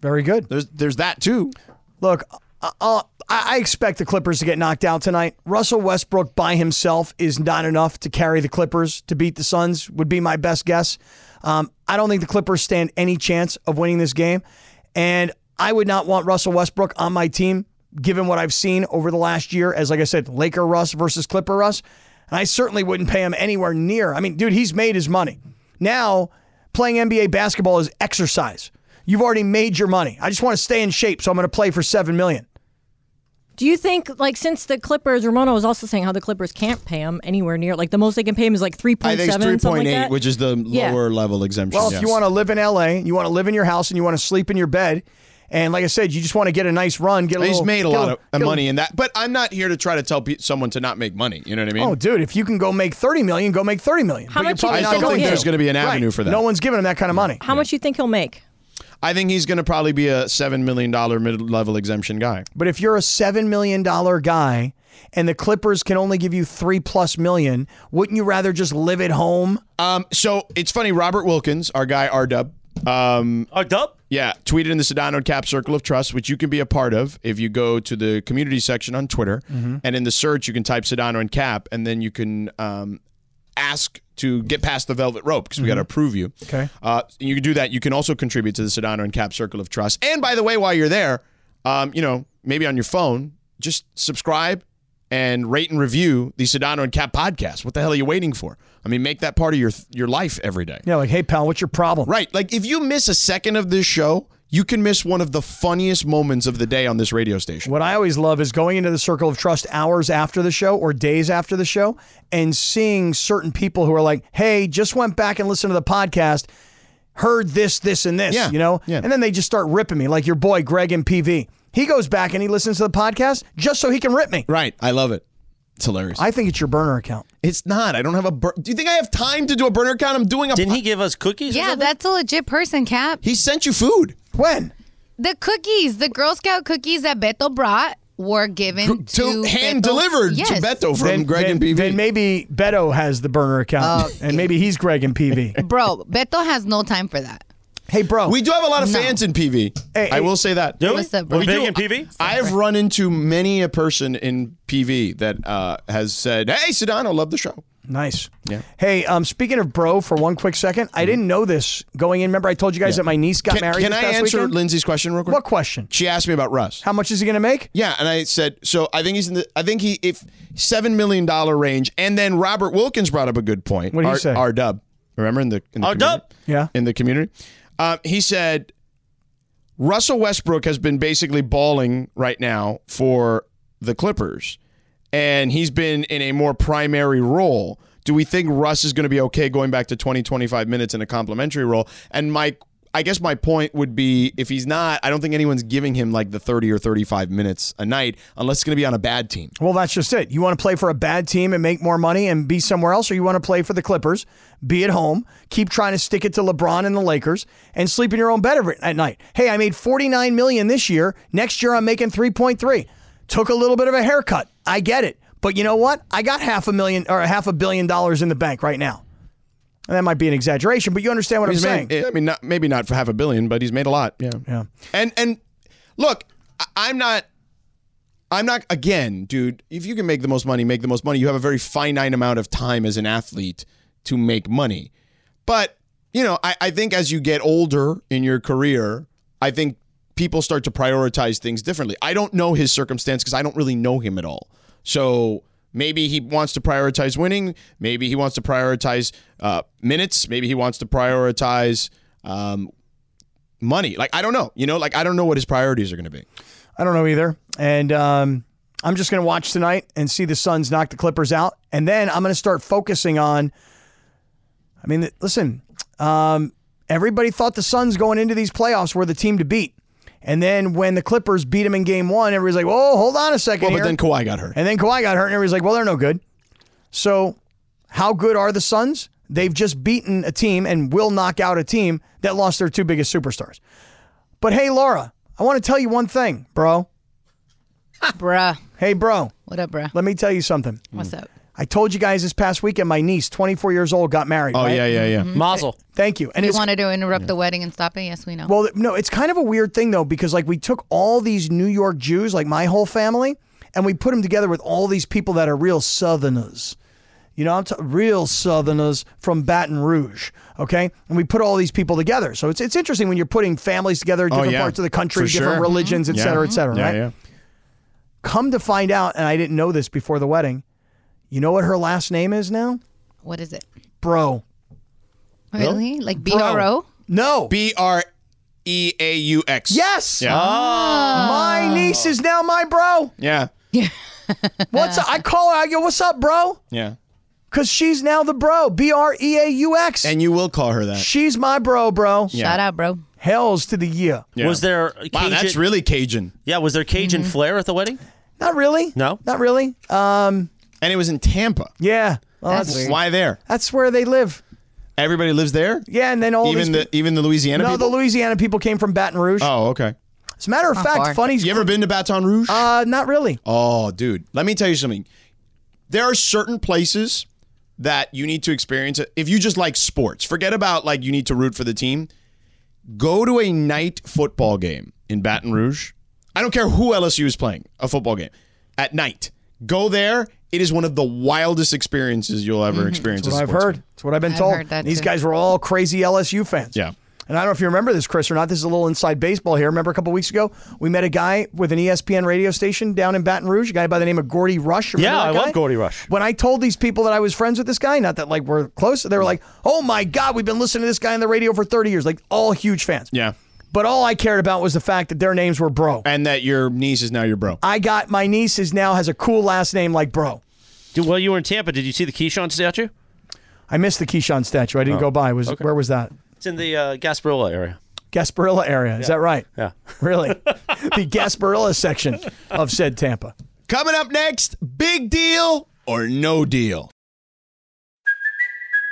[SPEAKER 4] Very good.
[SPEAKER 2] There's there's that too.
[SPEAKER 4] Look, I, I, I expect the Clippers to get knocked out tonight. Russell Westbrook by himself is not enough to carry the Clippers to beat the Suns, would be my best guess. Um, I don't think the Clippers stand any chance of winning this game. And I would not want Russell Westbrook on my team, given what I've seen over the last year as, like I said, Laker Russ versus Clipper Russ. And I certainly wouldn't pay him anywhere near. I mean, dude, he's made his money. Now, playing NBA basketball is exercise. You've already made your money. I just want to stay in shape, so I'm going to play for seven million.
[SPEAKER 3] Do you think, like, since the Clippers, Ramona was also saying how the Clippers can't pay him anywhere near, like, the most they can pay him is like 3.7,
[SPEAKER 2] I think it's three
[SPEAKER 3] something like
[SPEAKER 2] point eight,
[SPEAKER 3] that?
[SPEAKER 2] which is the
[SPEAKER 3] Yeah.
[SPEAKER 2] lower level exemption.
[SPEAKER 4] Well, if
[SPEAKER 2] yes.
[SPEAKER 4] you want to live in LA, you want to live in your house, and you want to sleep in your bed, and like I said, you just want to get a nice run. Get a
[SPEAKER 2] He's
[SPEAKER 4] little,
[SPEAKER 2] made a
[SPEAKER 4] get
[SPEAKER 2] lot of uh,
[SPEAKER 4] little- get a
[SPEAKER 2] money in that, but I'm not here to try to tell pe- someone to not make money. You know what I mean?
[SPEAKER 4] little- Oh, dude, if you can go make thirty million, go make thirty million.
[SPEAKER 3] How
[SPEAKER 4] But you're
[SPEAKER 3] much you
[SPEAKER 4] probably
[SPEAKER 2] I
[SPEAKER 3] think
[SPEAKER 4] not
[SPEAKER 2] still
[SPEAKER 3] they'll
[SPEAKER 4] going
[SPEAKER 2] think
[SPEAKER 3] get?
[SPEAKER 2] there's going to be an avenue
[SPEAKER 4] Right.
[SPEAKER 2] for that.
[SPEAKER 4] No one's giving him that kind of money.
[SPEAKER 3] How much you think he'll make?
[SPEAKER 2] I think he's going to probably be a seven million dollar mid level exemption guy.
[SPEAKER 4] But if you're a seven million dollar guy and the Clippers can only give you three plus million, wouldn't you rather just live at home?
[SPEAKER 2] Um, so it's funny. Robert Wilkins, our guy R Dub, um,
[SPEAKER 1] A dub?
[SPEAKER 2] yeah, tweeted in the Sedano Cap Circle of Trust, which you can be a part of if you go to the community section on Twitter, and in the search you can type Sedano and Cap, and then you can um, ask to get past the velvet rope because we got to approve you.
[SPEAKER 4] Okay.
[SPEAKER 2] Uh, you can do that. You can also contribute to the Sedano and Cap Circle of Trust. And by the way, while you're there, um, you know, maybe on your phone, just subscribe and rate and review the Sedano and Cap podcast. What the hell are you waiting for? I mean, make that part of your your life every day.
[SPEAKER 4] Yeah, like, hey pal, what's your problem?
[SPEAKER 2] Right. Like if you miss a second of this show, you can miss one of the funniest moments of the day on this radio station.
[SPEAKER 4] What I always love is going into the circle of trust hours after the show or days after the show and seeing certain people who are like, hey, just went back and listened to the podcast, heard this, this, and this,
[SPEAKER 2] Yeah,
[SPEAKER 4] you know?
[SPEAKER 2] yeah.
[SPEAKER 4] And then they just start ripping me, like your boy, Greg and PV. He goes back and he listens to the podcast just so he can rip me.
[SPEAKER 2] Right. I love it. It's hilarious.
[SPEAKER 4] I think it's your burner account.
[SPEAKER 2] it's not. I don't have a. Bur- do you think I have time to do a burner account? I'm doing a.
[SPEAKER 1] Didn't he give us cookies? or
[SPEAKER 5] Yeah,
[SPEAKER 1] something?
[SPEAKER 5] that's a legit person, Cap.
[SPEAKER 2] He sent you food
[SPEAKER 4] When?
[SPEAKER 5] The cookies, the Girl Scout cookies that Beto brought were given
[SPEAKER 2] to,
[SPEAKER 5] to
[SPEAKER 2] hand
[SPEAKER 5] Beto.
[SPEAKER 2] delivered to
[SPEAKER 5] Yes.
[SPEAKER 2] Beto from
[SPEAKER 4] Then,
[SPEAKER 2] Greg
[SPEAKER 4] then,
[SPEAKER 2] and Uh, PV.
[SPEAKER 4] then maybe Beto has the burner account and maybe he's Greg and PV.
[SPEAKER 5] Bro, Beto has no time for that.
[SPEAKER 4] hey, bro.
[SPEAKER 2] we do have a lot of fans in PV.
[SPEAKER 4] Hey,
[SPEAKER 2] I
[SPEAKER 4] hey.
[SPEAKER 2] will say that.
[SPEAKER 1] Do we?
[SPEAKER 5] What's up,
[SPEAKER 1] We're
[SPEAKER 5] bro?
[SPEAKER 1] big
[SPEAKER 5] We
[SPEAKER 1] in PV?
[SPEAKER 2] I've run into many a person in PV that uh, has said, "Hey, Sedano, love the show."
[SPEAKER 4] Nice. Yeah. Hey, um, speaking of bro, for one quick 2nd I didn't know this going in. Remember, I told you guys that my niece got
[SPEAKER 2] Mm-hmm. Can,
[SPEAKER 4] married.
[SPEAKER 2] can
[SPEAKER 4] this
[SPEAKER 2] I
[SPEAKER 4] past
[SPEAKER 2] answer
[SPEAKER 4] weekend?
[SPEAKER 2] Lindsay's question real quick?
[SPEAKER 4] What question?
[SPEAKER 2] She asked me about Russ.
[SPEAKER 4] How much is he going to make?
[SPEAKER 2] Yeah, and I said so. I think he's in the. I think he if seven million dollar range, and then Robert Wilkins brought up a good point.
[SPEAKER 4] What did he
[SPEAKER 2] our,
[SPEAKER 4] say?
[SPEAKER 2] Our dub, remember in the in the
[SPEAKER 1] Our
[SPEAKER 2] community?
[SPEAKER 1] dub?
[SPEAKER 4] Yeah.
[SPEAKER 2] in the community. Uh, he said Russell Westbrook has been basically balling right now for the Clippers, and he's been in a more primary role. Do we think Russ is going to be okay going back to 20, 25 minutes in a complimentary role? And Mike, I guess my point would be if he's not, I don't think anyone's giving him like the 30 or 35 minutes a night unless it's going to be on a bad team.
[SPEAKER 4] Well, that's just it. You want to play for a bad team and make more money and be somewhere else, or you want to play for the Clippers, be at home, keep trying to stick it to LeBron and the Lakers, and sleep in your own bed every- at night. Hey, I made forty nine million this year. Next year, I'm making three point three. Took a little bit of a haircut. I get it, but you know what? I got half a million or half a billion dollars in the bank right now. And that might be an exaggeration, but you understand what I'm
[SPEAKER 2] He's
[SPEAKER 4] saying.
[SPEAKER 2] made, I mean, not, maybe not for half a billion, but he's made a lot. Yeah.
[SPEAKER 4] Yeah.
[SPEAKER 2] And and look, I- I'm not. I'm not again, dude. If you can make the most money, make the most money. You have a very finite amount of time as an athlete to make money. But, you know, I, I think as you get older in your career, I think people start to prioritize things differently. I don't know his circumstance because I don't really know him at all. So maybe he wants to prioritize winning. Maybe he wants to prioritize uh, minutes. Maybe he wants to prioritize um, money. Like, I don't know. You know, like, I don't know what his priorities are going to be.
[SPEAKER 4] I don't know either. And um, I'm just going to watch tonight and see the Suns knock the Clippers out. And then I'm going to start focusing on. I mean, listen, um, everybody thought the Suns going into these playoffs were the team to beat. And then when the Clippers beat them in game one, everybody's like, whoa, hold on a second.
[SPEAKER 2] Well, but
[SPEAKER 4] here."
[SPEAKER 2] then Kawhi got hurt.
[SPEAKER 4] And then Kawhi got hurt, and everybody's like, well, they're no good. So, how good are the Suns? They've just beaten a team and will knock out a team that lost their two biggest superstars. But hey, Laura, I want to tell you one thing, bro.
[SPEAKER 5] Bruh.
[SPEAKER 4] Hey, bro,
[SPEAKER 5] What up, bruh?
[SPEAKER 4] let me tell you something.
[SPEAKER 5] What's up?
[SPEAKER 4] I told you guys this past weekend, my niece, 24 years old, got married.
[SPEAKER 2] Oh,
[SPEAKER 4] right?
[SPEAKER 2] yeah, yeah, yeah.
[SPEAKER 1] Mazel.
[SPEAKER 4] Thank you. And
[SPEAKER 5] You
[SPEAKER 4] it's
[SPEAKER 5] wanted to interrupt the wedding and stop it? Yes, we know.
[SPEAKER 4] Well, th- no, it's kind of a weird thing though because like we took all these New York Jews, like my whole family, and we put them together with all these people that are real Southerners. You know, I'm t- real Southerners from Baton Rouge. Okay, and we put all these people together. So it's it's interesting when you're putting families together, different
[SPEAKER 2] Oh, yeah.
[SPEAKER 4] parts of the country,
[SPEAKER 2] For
[SPEAKER 4] different
[SPEAKER 2] sure. Mm-hmm.
[SPEAKER 4] religions, et
[SPEAKER 2] Yeah.
[SPEAKER 4] cetera, et cetera.
[SPEAKER 2] Yeah,
[SPEAKER 4] right?
[SPEAKER 2] yeah.
[SPEAKER 4] Come to find out, and I didn't know this before the wedding. You know what her last name is now,
[SPEAKER 5] what is it?
[SPEAKER 4] bro?
[SPEAKER 5] Really? Like B
[SPEAKER 4] Bro.
[SPEAKER 5] R O?
[SPEAKER 4] No.
[SPEAKER 2] B R E A U X.
[SPEAKER 4] yes. Ah.
[SPEAKER 2] Yeah.
[SPEAKER 4] My niece is now my bro.
[SPEAKER 2] Yeah.
[SPEAKER 4] What's up? I call her. I go, "What's up, bro?"
[SPEAKER 2] Yeah.
[SPEAKER 4] Because she's now the bro. B R E A U X.
[SPEAKER 2] And you will call her that.
[SPEAKER 4] she's my bro, bro.
[SPEAKER 5] Shout out, bro.
[SPEAKER 4] Hells to the yeah.
[SPEAKER 2] Yeah.
[SPEAKER 1] Was there Cajun,
[SPEAKER 2] Wow, that's really Cajun.
[SPEAKER 1] Yeah, was there Cajun
[SPEAKER 5] Mm-hmm.
[SPEAKER 1] flair at the wedding?
[SPEAKER 4] Not really.
[SPEAKER 1] No?
[SPEAKER 4] Not really. Um.
[SPEAKER 2] And it was in Tampa.
[SPEAKER 4] Yeah. Well, that's,
[SPEAKER 5] That's
[SPEAKER 4] that's,
[SPEAKER 5] weird.
[SPEAKER 2] Why there?
[SPEAKER 4] where they live.
[SPEAKER 2] Everybody lives there?
[SPEAKER 4] Yeah, and then all
[SPEAKER 2] Even
[SPEAKER 4] these
[SPEAKER 2] the even the Louisiana
[SPEAKER 4] no,
[SPEAKER 2] people?
[SPEAKER 4] the Louisiana people came from Baton Rouge.
[SPEAKER 2] oh, okay.
[SPEAKER 4] As a matter of fact,
[SPEAKER 5] far.
[SPEAKER 4] funny.
[SPEAKER 2] You ever been to Baton Rouge?
[SPEAKER 4] Uh, not really.
[SPEAKER 2] oh, dude. Let me tell you something. There are certain places that you need to experience it. If you just like sports, forget about like you need to root for the team. Go to a night football game in Baton Rouge. I don't care who LSU is playing, a football game at night. Go there. It is one of the wildest experiences you'll ever experience.
[SPEAKER 4] Mm-hmm. That's
[SPEAKER 2] as a
[SPEAKER 4] what I've
[SPEAKER 2] sports
[SPEAKER 4] heard.
[SPEAKER 2] fan.
[SPEAKER 4] That's what I've been
[SPEAKER 5] I've
[SPEAKER 4] told.
[SPEAKER 5] heard that
[SPEAKER 4] These
[SPEAKER 5] too.
[SPEAKER 4] guys were all crazy LSU fans.
[SPEAKER 2] Yeah.
[SPEAKER 4] And I don't know if you remember this, Chris, or not. This is a little inside baseball here. Remember a couple weeks ago, we met a guy with an E ESPN radio station down in Baton Rouge, a guy by the name of Gordy Rush. Remember
[SPEAKER 1] Yeah,
[SPEAKER 4] that
[SPEAKER 1] I
[SPEAKER 4] guy?
[SPEAKER 1] love Gordy Rush.
[SPEAKER 4] When I told these people that I was friends with this guy, not that like we're close, they were like, oh my God, we've been listening to this guy on the radio for 30 years. Like all huge fans.
[SPEAKER 2] Yeah.
[SPEAKER 4] But all I cared about was the fact that their names were Bro.
[SPEAKER 2] And that your niece is now your bro.
[SPEAKER 4] I got my niece is now has a cool last name like Bro.
[SPEAKER 1] Dude, while you were in Tampa, did you see the Keyshawn statue?
[SPEAKER 4] I missed the Keyshawn statue. I didn't go by. Was Where was that?
[SPEAKER 1] It's in the uh, Gasparilla area.
[SPEAKER 4] Gasparilla area. Is that right?
[SPEAKER 1] Yeah.
[SPEAKER 4] Really? the Gasparilla section of said Tampa.
[SPEAKER 2] Coming up next, big deal or no deal.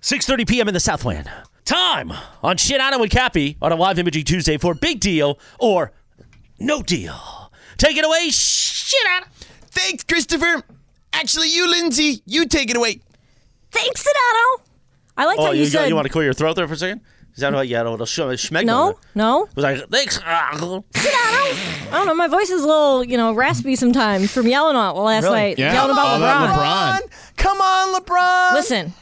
[SPEAKER 1] 6.30 p.m. in the Southland. Time on Shinano and Cappy on a live imaging Tuesday for Big Deal or No Deal. Take it away, Shinano.
[SPEAKER 2] Thanks, Christopher. Actually, you, Lindsay, you take it away.
[SPEAKER 3] Thanks, Donato. I liked
[SPEAKER 1] Oh,
[SPEAKER 3] how
[SPEAKER 1] you,
[SPEAKER 3] you,
[SPEAKER 1] you,
[SPEAKER 3] said
[SPEAKER 1] want to clear your throat there for a second? Is that how you had a little sh- schmegma? there?
[SPEAKER 3] no, no.
[SPEAKER 1] It was like, thanks. ah."
[SPEAKER 3] I don't know. My voice is a little, you know, raspy sometimes from yelling out last
[SPEAKER 4] Really?
[SPEAKER 3] night,
[SPEAKER 2] Yeah.
[SPEAKER 3] yelling about
[SPEAKER 2] All that
[SPEAKER 3] LeBron.
[SPEAKER 2] LeBron.
[SPEAKER 4] Come on, LeBron.
[SPEAKER 3] Listen,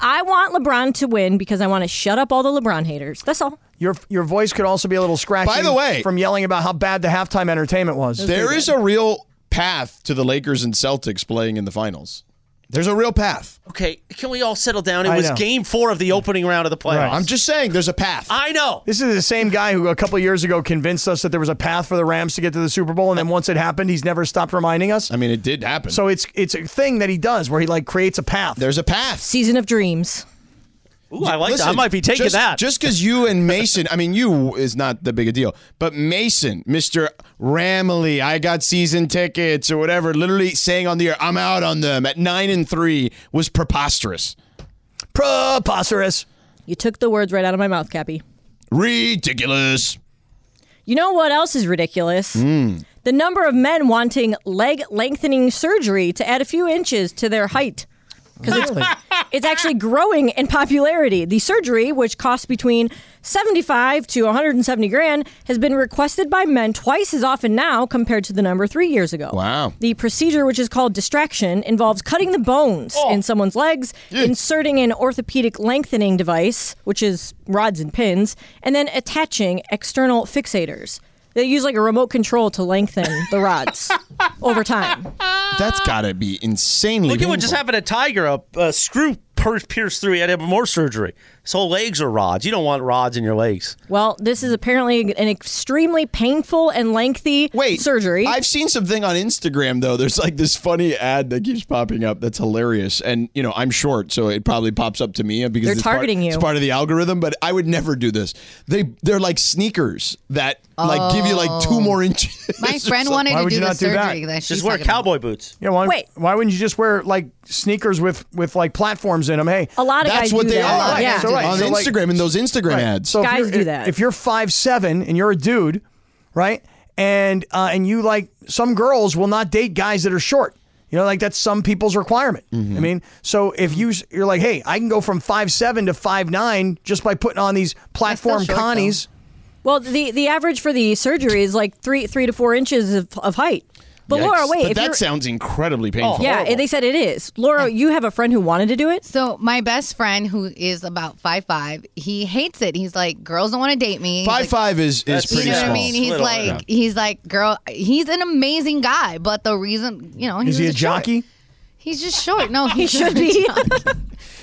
[SPEAKER 3] I want LeBron to win because I want to shut up all the LeBron haters. That's all.
[SPEAKER 4] Your your voice could also be a little scratchy.
[SPEAKER 2] By the way-
[SPEAKER 4] from yelling about how bad the halftime entertainment was.
[SPEAKER 2] There is a real path to the Lakers and Celtics playing in the finals. There's a real path.
[SPEAKER 1] Okay, can we all settle down? It
[SPEAKER 4] I
[SPEAKER 1] was
[SPEAKER 4] know.
[SPEAKER 1] game four of the opening round of the playoffs.
[SPEAKER 2] I'm just saying, there's a path.
[SPEAKER 1] I know.
[SPEAKER 4] This is the same guy who a couple years ago convinced us that there was a path for the Rams to get to the Super Bowl, and then once it happened, he's never stopped reminding us.
[SPEAKER 2] I mean, it did happen.
[SPEAKER 4] So it's it's a thing that he does where he like creates a path.
[SPEAKER 2] there's a path.
[SPEAKER 3] Season of dreams.
[SPEAKER 1] Ooh, I like that. I might be taking
[SPEAKER 2] just,
[SPEAKER 1] that.
[SPEAKER 2] Just because you and Mason, I mean, you is not the big a deal, but Mason, Mr. Ramley, I got season tickets or whatever, literally saying on the air, I'm out on them at nine and three was preposterous.
[SPEAKER 4] Preposterous.
[SPEAKER 3] You took the words right out of my mouth, Cappy.
[SPEAKER 2] Ridiculous.
[SPEAKER 3] You know what else is ridiculous? The number of men wanting leg lengthening surgery to add a few inches to their height. Because it's, it's actually growing in popularity. The surgery, which costs between 75 to 170 grand, has been requested by men twice as often now compared to the number three years ago.
[SPEAKER 2] Wow.
[SPEAKER 3] The procedure, which is called distraction, involves cutting the bones in someone's legs, inserting an orthopedic lengthening device, which is rods and pins, and then attaching external fixators. They use like a remote control to lengthen the rods over time.
[SPEAKER 2] That's got to be insanely.
[SPEAKER 1] Look at what
[SPEAKER 2] painful.
[SPEAKER 1] just happened to Tiger. A, a screw per- pierced through. He had to have more surgery. His whole legs are rods. You don't want rods in your legs.
[SPEAKER 3] Well, this is apparently an extremely painful and lengthy
[SPEAKER 2] Wait,
[SPEAKER 3] surgery.
[SPEAKER 2] I've seen something on Instagram though. There's like this funny ad that keeps popping up that's hilarious, and you know I'm short, so it probably pops up to me uh, because
[SPEAKER 3] They're
[SPEAKER 2] it's part-
[SPEAKER 3] targeting you.
[SPEAKER 2] It's part of the algorithm, but I would never do this. They they're like sneakers that like give you like
[SPEAKER 3] Oh.
[SPEAKER 2] two more inches.
[SPEAKER 5] My friend
[SPEAKER 2] or
[SPEAKER 5] wanted
[SPEAKER 4] Why
[SPEAKER 5] to
[SPEAKER 4] would
[SPEAKER 5] do
[SPEAKER 4] you
[SPEAKER 5] the
[SPEAKER 4] not do that?
[SPEAKER 5] surgery that she's
[SPEAKER 1] Just wear
[SPEAKER 5] talking about.
[SPEAKER 1] cowboy boots.
[SPEAKER 4] Yeah, why,
[SPEAKER 3] Wait.
[SPEAKER 4] why wouldn't you just wear like sneakers with with like platforms in them? Hey,
[SPEAKER 3] a lot of
[SPEAKER 2] That's
[SPEAKER 3] guys
[SPEAKER 2] what
[SPEAKER 3] do
[SPEAKER 2] they
[SPEAKER 3] that.
[SPEAKER 2] are
[SPEAKER 4] Right,
[SPEAKER 3] Yeah.
[SPEAKER 4] so right.
[SPEAKER 2] on
[SPEAKER 4] so like-
[SPEAKER 2] Instagram in those Instagram
[SPEAKER 4] Right.
[SPEAKER 2] ads.
[SPEAKER 4] if
[SPEAKER 3] Guys
[SPEAKER 4] you're-
[SPEAKER 3] do
[SPEAKER 4] if-
[SPEAKER 3] that.
[SPEAKER 4] If you're five seven and you're a dude, right, and uh, and you like some girls will not date guys that are short. You know, like that's some people's requirement.
[SPEAKER 2] Mm-hmm.
[SPEAKER 4] I mean, so if you s- you're like, hey, I can go from five seven to five nine just by putting on these platform
[SPEAKER 5] short, though.
[SPEAKER 4] connies.
[SPEAKER 3] Well, the the average for the surgery is like three three to four inches of, of height. But Laura,
[SPEAKER 2] Yikes.
[SPEAKER 3] wait,
[SPEAKER 2] But
[SPEAKER 3] if
[SPEAKER 2] that
[SPEAKER 3] you're,
[SPEAKER 2] sounds incredibly painful.
[SPEAKER 3] yeah, they said it is. Laura, you have a friend who wanted to do it.
[SPEAKER 5] So my best friend, who is about five five, he hates it. He's like, girls don't want to date me. He's
[SPEAKER 2] Five
[SPEAKER 5] like,
[SPEAKER 2] five is is
[SPEAKER 1] That's-
[SPEAKER 5] You
[SPEAKER 2] pretty
[SPEAKER 5] know what
[SPEAKER 2] small.
[SPEAKER 5] I mean? He's
[SPEAKER 1] Little,
[SPEAKER 5] like,
[SPEAKER 1] yeah.
[SPEAKER 5] he's like, girl. He's an amazing guy, but the reason, you know, he
[SPEAKER 4] Is he a
[SPEAKER 5] was short.
[SPEAKER 4] jockey?
[SPEAKER 5] He's just short. No, he,
[SPEAKER 3] It should be.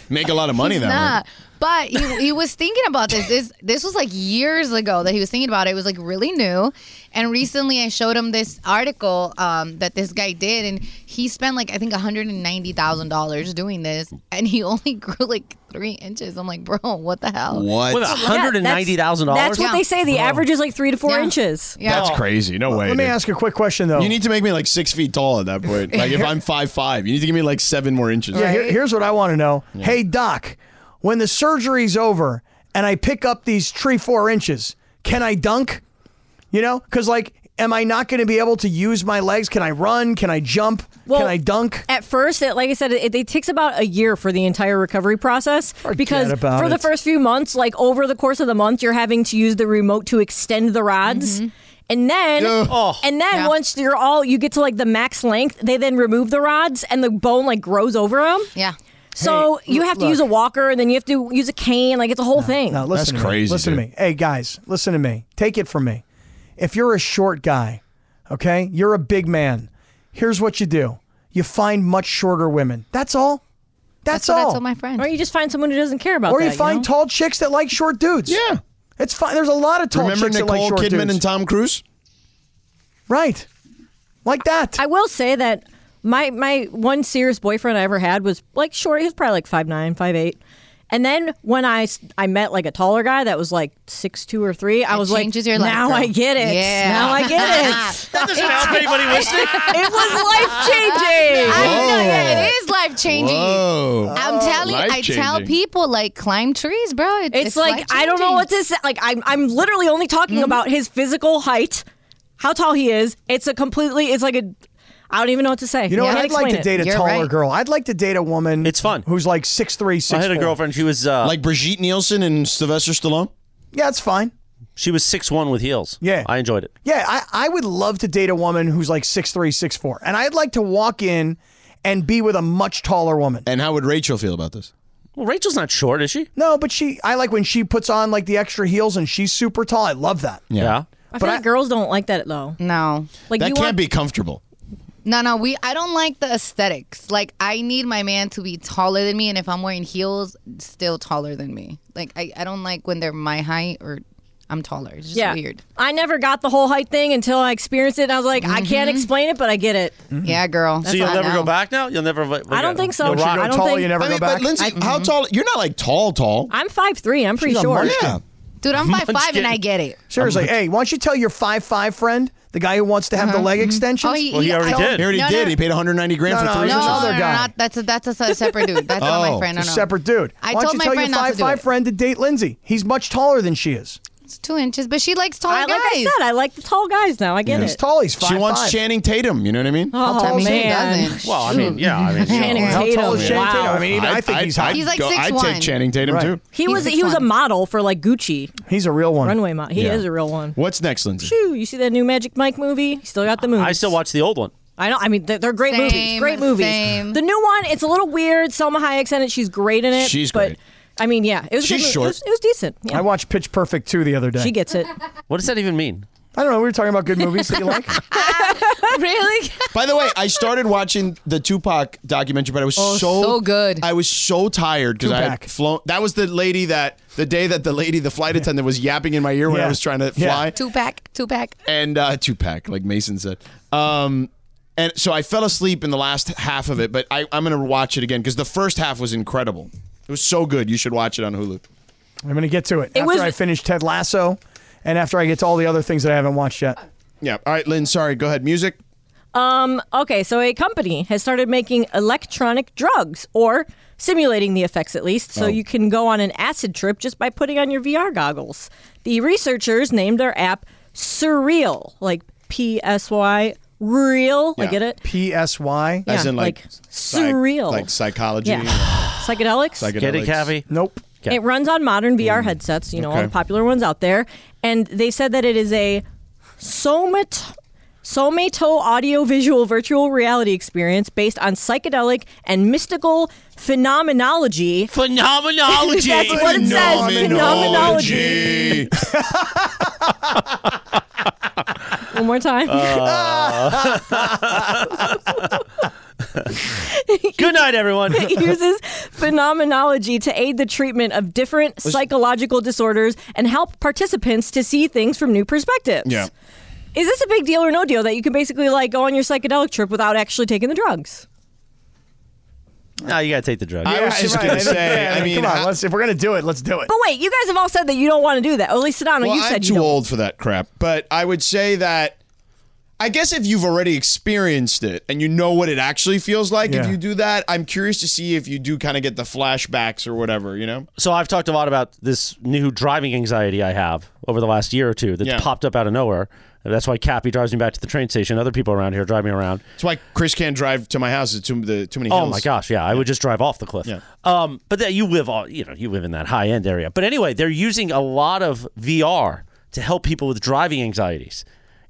[SPEAKER 2] Make a lot of money
[SPEAKER 5] He's
[SPEAKER 2] that
[SPEAKER 5] not.
[SPEAKER 2] way.
[SPEAKER 5] But he, he was thinking about this. this. This was like years ago that he was thinking about it. It was like really new. And recently I showed him this article um, that this guy did. And he spent like, I think $190,000 doing this. And he only grew like three inches. I'm like, bro, what the hell?
[SPEAKER 2] What?
[SPEAKER 1] With hundred and ninety thousand
[SPEAKER 3] Yeah, That's, that's
[SPEAKER 1] dollars.
[SPEAKER 3] what they say. The average is like three to four
[SPEAKER 5] Yeah.
[SPEAKER 3] inches.
[SPEAKER 5] Yeah.
[SPEAKER 2] That's crazy. No way.
[SPEAKER 4] Let me
[SPEAKER 2] dude.
[SPEAKER 4] ask a quick question though.
[SPEAKER 2] You need to make me like six feet tall at that point. Like if I'm five five, you need to give me like seven more inches.
[SPEAKER 4] Yeah, here-
[SPEAKER 5] Right?
[SPEAKER 4] here's what I want to know. Hey, doc, when the surgery's over and I pick up these tree four inches, can I dunk? You know, because like, am I not going to be able to use my legs? Can I run? Can I jump?
[SPEAKER 3] Well,
[SPEAKER 4] can I dunk?
[SPEAKER 3] At first, it, like I said, it, it takes about a year for the entire recovery process because
[SPEAKER 4] about
[SPEAKER 3] for the
[SPEAKER 4] it.
[SPEAKER 3] first few months, like over the course of the month, you're having to use the remote to extend the rods. And then, and then
[SPEAKER 5] Mm-hmm. Yeah.
[SPEAKER 3] once you're all, you get to like the max length. They then remove the rods, and the bone like grows over them.
[SPEAKER 5] Yeah.
[SPEAKER 3] So you have to use a walker, and then you have to use a cane. Like it's a whole thing.
[SPEAKER 4] Now, listen
[SPEAKER 2] That's
[SPEAKER 4] to me.
[SPEAKER 2] crazy,
[SPEAKER 4] Listen to
[SPEAKER 2] dude.
[SPEAKER 4] me. Hey, guys, listen to me. Take it from me. If you're a short guy, okay, you're a big man. Here's what you do you find much shorter women. That's all. That's,
[SPEAKER 5] That's what
[SPEAKER 4] all.
[SPEAKER 5] I told my friend.
[SPEAKER 3] or you just find someone who doesn't care about
[SPEAKER 4] or
[SPEAKER 3] that.
[SPEAKER 4] you find
[SPEAKER 3] know?
[SPEAKER 4] tall chicks that like short dudes.
[SPEAKER 2] Yeah.
[SPEAKER 4] It's fine. There's a lot of tall
[SPEAKER 2] Remember
[SPEAKER 4] chicks
[SPEAKER 2] Nicole
[SPEAKER 4] that like short
[SPEAKER 2] Kidman
[SPEAKER 4] dudes.
[SPEAKER 2] and Tom Cruise?
[SPEAKER 4] right. Like that.
[SPEAKER 3] I will say that my my one serious boyfriend I ever had was like short. He was probably like five nine, five eight. And then when I s- I met like a taller guy that was like six two or three, I
[SPEAKER 5] It
[SPEAKER 3] was like,
[SPEAKER 5] changes your life,
[SPEAKER 3] now
[SPEAKER 5] girl."
[SPEAKER 3] I get it.
[SPEAKER 5] Yeah.
[SPEAKER 3] Now I get it.
[SPEAKER 1] That doesn't help anybody listening.
[SPEAKER 3] it was life changing.
[SPEAKER 5] I know, yeah, it is life changing.
[SPEAKER 2] Whoa.
[SPEAKER 5] I'm telling, I tell
[SPEAKER 2] Life-changing.
[SPEAKER 5] people like climb trees, bro. It's,
[SPEAKER 3] It's, like I don't know
[SPEAKER 5] life-changing. Mm-hmm.
[SPEAKER 3] what to say. Like I'm I'm literally only talking about his physical height, how tall he is. It's a completely. It's like a. I don't even know what to say.
[SPEAKER 4] you know
[SPEAKER 3] I
[SPEAKER 4] what?
[SPEAKER 3] can't
[SPEAKER 4] I'd like
[SPEAKER 3] explain
[SPEAKER 4] to
[SPEAKER 3] it.
[SPEAKER 4] date a
[SPEAKER 5] You're
[SPEAKER 4] taller
[SPEAKER 5] right.
[SPEAKER 4] girl. I'd like to date a woman.
[SPEAKER 1] It's fun.
[SPEAKER 4] Who's like six three, six.
[SPEAKER 1] I had a girlfriend. She was uh,
[SPEAKER 2] Like Brigitte Nielsen and Sylvester Stallone?
[SPEAKER 4] Yeah, it's fine.
[SPEAKER 1] she was six one with heels.
[SPEAKER 4] Yeah.
[SPEAKER 1] I enjoyed it.
[SPEAKER 4] Yeah, I, I would love to date a woman who's like six three, six four, and I'd like to walk in and be with a much taller woman.
[SPEAKER 2] And how would Rachel feel about this?
[SPEAKER 1] Well, Rachel's not short, is she?
[SPEAKER 4] No, but she, I like when she puts on like the extra heels and she's super tall. I love that.
[SPEAKER 1] Yeah.
[SPEAKER 3] I feel
[SPEAKER 4] but
[SPEAKER 3] like
[SPEAKER 4] I-
[SPEAKER 3] girls don't like that though.
[SPEAKER 5] No,
[SPEAKER 3] Like
[SPEAKER 2] that
[SPEAKER 3] you
[SPEAKER 2] can't
[SPEAKER 3] want
[SPEAKER 2] be comfortable.
[SPEAKER 5] no, no. We I don't like the aesthetics. Like I need my man to be taller than me, and if I'm wearing heels, still taller than me. Like I, I don't like when they're my height or. I'm taller. It's just
[SPEAKER 3] yeah.
[SPEAKER 5] weird.
[SPEAKER 3] I never got the whole height thing until I experienced it. And I was like, I can't explain it, but I get it.
[SPEAKER 5] Yeah, girl.
[SPEAKER 1] so you'll never go back now. You'll never.
[SPEAKER 3] I don't think so.
[SPEAKER 1] You'll rock-
[SPEAKER 3] I don't think
[SPEAKER 2] I mean, But Lindsay, how
[SPEAKER 4] Mm-hmm.
[SPEAKER 2] tall? You're not like tall, tall.
[SPEAKER 3] I'm five three. I'm pretty
[SPEAKER 2] She's a
[SPEAKER 3] sure.
[SPEAKER 2] munchkin. Yeah.
[SPEAKER 5] Dude, I'm five five
[SPEAKER 2] Munchkin.
[SPEAKER 5] and I get it.
[SPEAKER 4] Seriously, hey, why don't you tell your five five friend, the guy who wants to have the leg
[SPEAKER 3] Mm-hmm.
[SPEAKER 4] extensions?
[SPEAKER 5] Oh, he- Well, he he- already I- did.
[SPEAKER 2] He already
[SPEAKER 5] No,
[SPEAKER 2] did.
[SPEAKER 5] no.
[SPEAKER 2] He paid 190 grand for
[SPEAKER 4] No, no,
[SPEAKER 2] three.
[SPEAKER 4] no,
[SPEAKER 2] years.
[SPEAKER 4] no, Other
[SPEAKER 5] no,
[SPEAKER 4] guy.
[SPEAKER 5] no, not, that's a, that's a se- separate dude. That's not my
[SPEAKER 4] Oh,
[SPEAKER 5] friend. No,
[SPEAKER 4] a
[SPEAKER 5] no.
[SPEAKER 4] separate dude.
[SPEAKER 5] I
[SPEAKER 4] Why
[SPEAKER 5] told
[SPEAKER 4] don't you
[SPEAKER 5] my
[SPEAKER 4] tell
[SPEAKER 5] friend
[SPEAKER 4] your
[SPEAKER 5] not to
[SPEAKER 4] five
[SPEAKER 5] do
[SPEAKER 4] five
[SPEAKER 5] it.
[SPEAKER 4] friend to date Lindsay? He's much taller than she is.
[SPEAKER 5] It's two inches, but she likes tall
[SPEAKER 3] I,
[SPEAKER 5] guys.
[SPEAKER 3] like I said, I like the tall guys now. I
[SPEAKER 2] Yeah.
[SPEAKER 3] get it.
[SPEAKER 2] He's tall. He's She wants
[SPEAKER 4] 5'5".
[SPEAKER 2] Channing Tatum. You know what I mean?
[SPEAKER 3] Oh,
[SPEAKER 2] tall is he?
[SPEAKER 3] man.
[SPEAKER 1] Well, I mean, yeah. I mean,
[SPEAKER 3] Channing
[SPEAKER 1] you know,
[SPEAKER 2] How tall is
[SPEAKER 3] Tatum.
[SPEAKER 2] Channing Tatum?
[SPEAKER 3] Wow.
[SPEAKER 2] I mean, even I,
[SPEAKER 3] I'd-
[SPEAKER 2] think
[SPEAKER 3] I'd-
[SPEAKER 2] he's hot.
[SPEAKER 3] He's like
[SPEAKER 2] Go- I'd
[SPEAKER 5] 6'1".
[SPEAKER 2] take Channing Tatum too.
[SPEAKER 3] He was
[SPEAKER 5] He's
[SPEAKER 3] he was a
[SPEAKER 5] 6'1".
[SPEAKER 3] model for like Gucci.
[SPEAKER 4] He's a real one.
[SPEAKER 3] Runway model. He
[SPEAKER 2] Yeah.
[SPEAKER 3] is a real one.
[SPEAKER 2] What's next, Lindsay?
[SPEAKER 3] Phew, you see that new Magic Mike movie? He Still got the movies.
[SPEAKER 1] I still watch the old one.
[SPEAKER 3] I know. I mean, they're, they're great
[SPEAKER 5] Same,
[SPEAKER 3] movies. Great movies.
[SPEAKER 5] same.
[SPEAKER 3] The new one, it's a little weird. Selma Hayek's in it. She's great in it.
[SPEAKER 2] She's
[SPEAKER 3] but,
[SPEAKER 2] great.
[SPEAKER 3] I mean, yeah, it was. a
[SPEAKER 2] She's
[SPEAKER 3] good movie.
[SPEAKER 2] short.
[SPEAKER 3] It was, it was decent. Yeah.
[SPEAKER 4] I watched Pitch Perfect 2 the other day.
[SPEAKER 3] she gets it.
[SPEAKER 1] What does that even mean?
[SPEAKER 4] I don't know. We were talking about good movies that you like.
[SPEAKER 5] really?
[SPEAKER 2] By the way, I started watching the Tupac documentary, but I was
[SPEAKER 3] Oh,
[SPEAKER 2] so
[SPEAKER 5] so good.
[SPEAKER 2] I was so tired because I had
[SPEAKER 4] Tupac.
[SPEAKER 2] flown. That was the lady that the day that the lady, the flight attendant, was yapping in my ear when I
[SPEAKER 4] Yeah.
[SPEAKER 2] was trying to
[SPEAKER 4] Yeah.
[SPEAKER 2] fly.
[SPEAKER 5] Two pack, two pack.
[SPEAKER 2] and uh, two pack, like Mason said. Um, and so I fell asleep in the last half of it, but I, I'm gonna watch it again because the first half was incredible. It was so good. You should watch it on Hulu.
[SPEAKER 4] I'm going to get to it, after
[SPEAKER 3] was-
[SPEAKER 4] I finish Ted Lasso and after I get to all the other things that I haven't watched yet.
[SPEAKER 2] Yeah. All right, Lynn. Sorry. Go ahead. Music.
[SPEAKER 3] Um, okay, so a company has started making electronic drugs or simulating the effects at least,
[SPEAKER 2] Oh.
[SPEAKER 3] so you can go on an acid trip just by putting on your VR goggles. The researchers named their app Surreal, like P S Y real. I
[SPEAKER 2] Yeah.
[SPEAKER 3] get it.
[SPEAKER 4] PSY.
[SPEAKER 2] As
[SPEAKER 3] Yeah,
[SPEAKER 2] in like,
[SPEAKER 3] like
[SPEAKER 2] psych-
[SPEAKER 3] surreal.
[SPEAKER 2] like psychology.
[SPEAKER 3] Yeah. Psychedelics.
[SPEAKER 2] Psychedelics.
[SPEAKER 1] Get it, Cavi?
[SPEAKER 4] Nope.
[SPEAKER 1] Okay.
[SPEAKER 3] It runs on modern VR headsets, you know, all
[SPEAKER 2] Mm. Okay.
[SPEAKER 3] the popular ones out there. And they said that it is a somat somato audiovisual virtual reality experience based on psychedelic and mystical phenomenology.
[SPEAKER 1] Phenomenology.
[SPEAKER 3] That's what it says. Phenomenology.
[SPEAKER 2] Phenomenology.
[SPEAKER 3] One more time.
[SPEAKER 2] Uh.
[SPEAKER 1] Good night, everyone.
[SPEAKER 3] It uses phenomenology to aid the treatment of different psychological disorders and help participants to see things from new perspectives.
[SPEAKER 2] Yeah.
[SPEAKER 3] Is this a big deal or no deal that you can basically like go on your psychedelic trip without actually taking the drugs?
[SPEAKER 1] no, you gotta take the drug.
[SPEAKER 2] I was just gonna say. I mean,
[SPEAKER 4] come on.
[SPEAKER 2] how-
[SPEAKER 4] let's, if we're going to do it, let's do it.
[SPEAKER 3] But wait, you guys have all said that you don't want to do that. Or at least Sedano,
[SPEAKER 2] well,
[SPEAKER 3] you
[SPEAKER 2] I'm
[SPEAKER 3] said
[SPEAKER 2] too
[SPEAKER 3] you don't.
[SPEAKER 2] old for that crap. But I would say that. I guess if you've already experienced it and you know what it actually feels like, if
[SPEAKER 4] Yeah.
[SPEAKER 2] you do that, I'm curious to see if you do kind of get the flashbacks or whatever, you know?
[SPEAKER 1] so I've talked a lot about this new driving anxiety I have over the last year or two that's
[SPEAKER 2] Yeah.
[SPEAKER 1] popped up out of nowhere. And that's why Cappy drives me back to the train station. Other people around here drive me around.
[SPEAKER 2] That's why Chris can't drive to my house. It's too, the, too many hills.
[SPEAKER 1] Oh my gosh, yeah, I would just drive off the cliff.
[SPEAKER 2] Yeah.
[SPEAKER 1] Um, but that you live all you know, you live in that high end area. But anyway, they're using a lot of VR to help people with driving anxieties.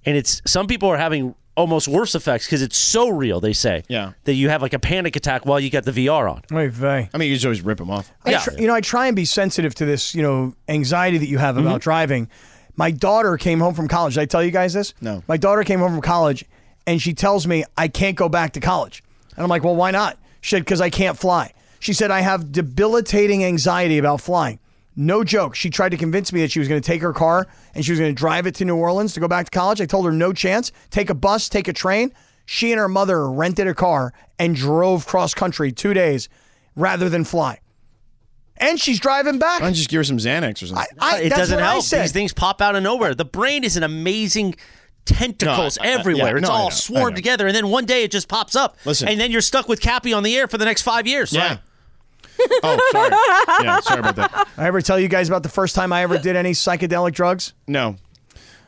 [SPEAKER 1] And it's some people are having almost worse effects because it's so real, they say.
[SPEAKER 2] Yeah.
[SPEAKER 1] That you have like a panic attack while you got the VR on.
[SPEAKER 4] Oy vey.
[SPEAKER 2] I mean, you just always rip them off.
[SPEAKER 4] I
[SPEAKER 1] Yeah.
[SPEAKER 4] tr- you know, I try and be sensitive to this, you know, anxiety that you have about driving. My daughter came home from college. Did I tell you guys this?
[SPEAKER 2] No.
[SPEAKER 4] My daughter came home from college and she tells me I can't go back to college. And I'm like, well, why not? She said, because I can't fly. She said, I have debilitating anxiety about flying. No joke. She tried to convince me that she was going to take her car and she was going to drive it to New Orleans to go back to college. I told her no chance. Take a bus, take a train. She and her mother rented a car and drove cross country two days rather than fly and she's driving back.
[SPEAKER 2] Why don't you just give her some Xanax or something?
[SPEAKER 4] I-
[SPEAKER 1] it
[SPEAKER 4] that's
[SPEAKER 1] doesn't
[SPEAKER 4] what I
[SPEAKER 1] help.
[SPEAKER 4] said.
[SPEAKER 1] These things pop out of nowhere. The brain is an amazing tentacles
[SPEAKER 2] No, I- I-
[SPEAKER 1] everywhere.
[SPEAKER 2] yeah,
[SPEAKER 1] it's
[SPEAKER 2] no, I know,
[SPEAKER 1] all
[SPEAKER 2] I
[SPEAKER 1] swarmed
[SPEAKER 2] know.
[SPEAKER 1] together, and then one day it just pops up.
[SPEAKER 2] Listen.
[SPEAKER 1] and then you're stuck with Cappy on the air for the next five years.
[SPEAKER 2] yeah. oh, sorry. Yeah, sorry about that.
[SPEAKER 4] I ever tell you guys about the first time I ever did any psychedelic drugs?
[SPEAKER 2] No.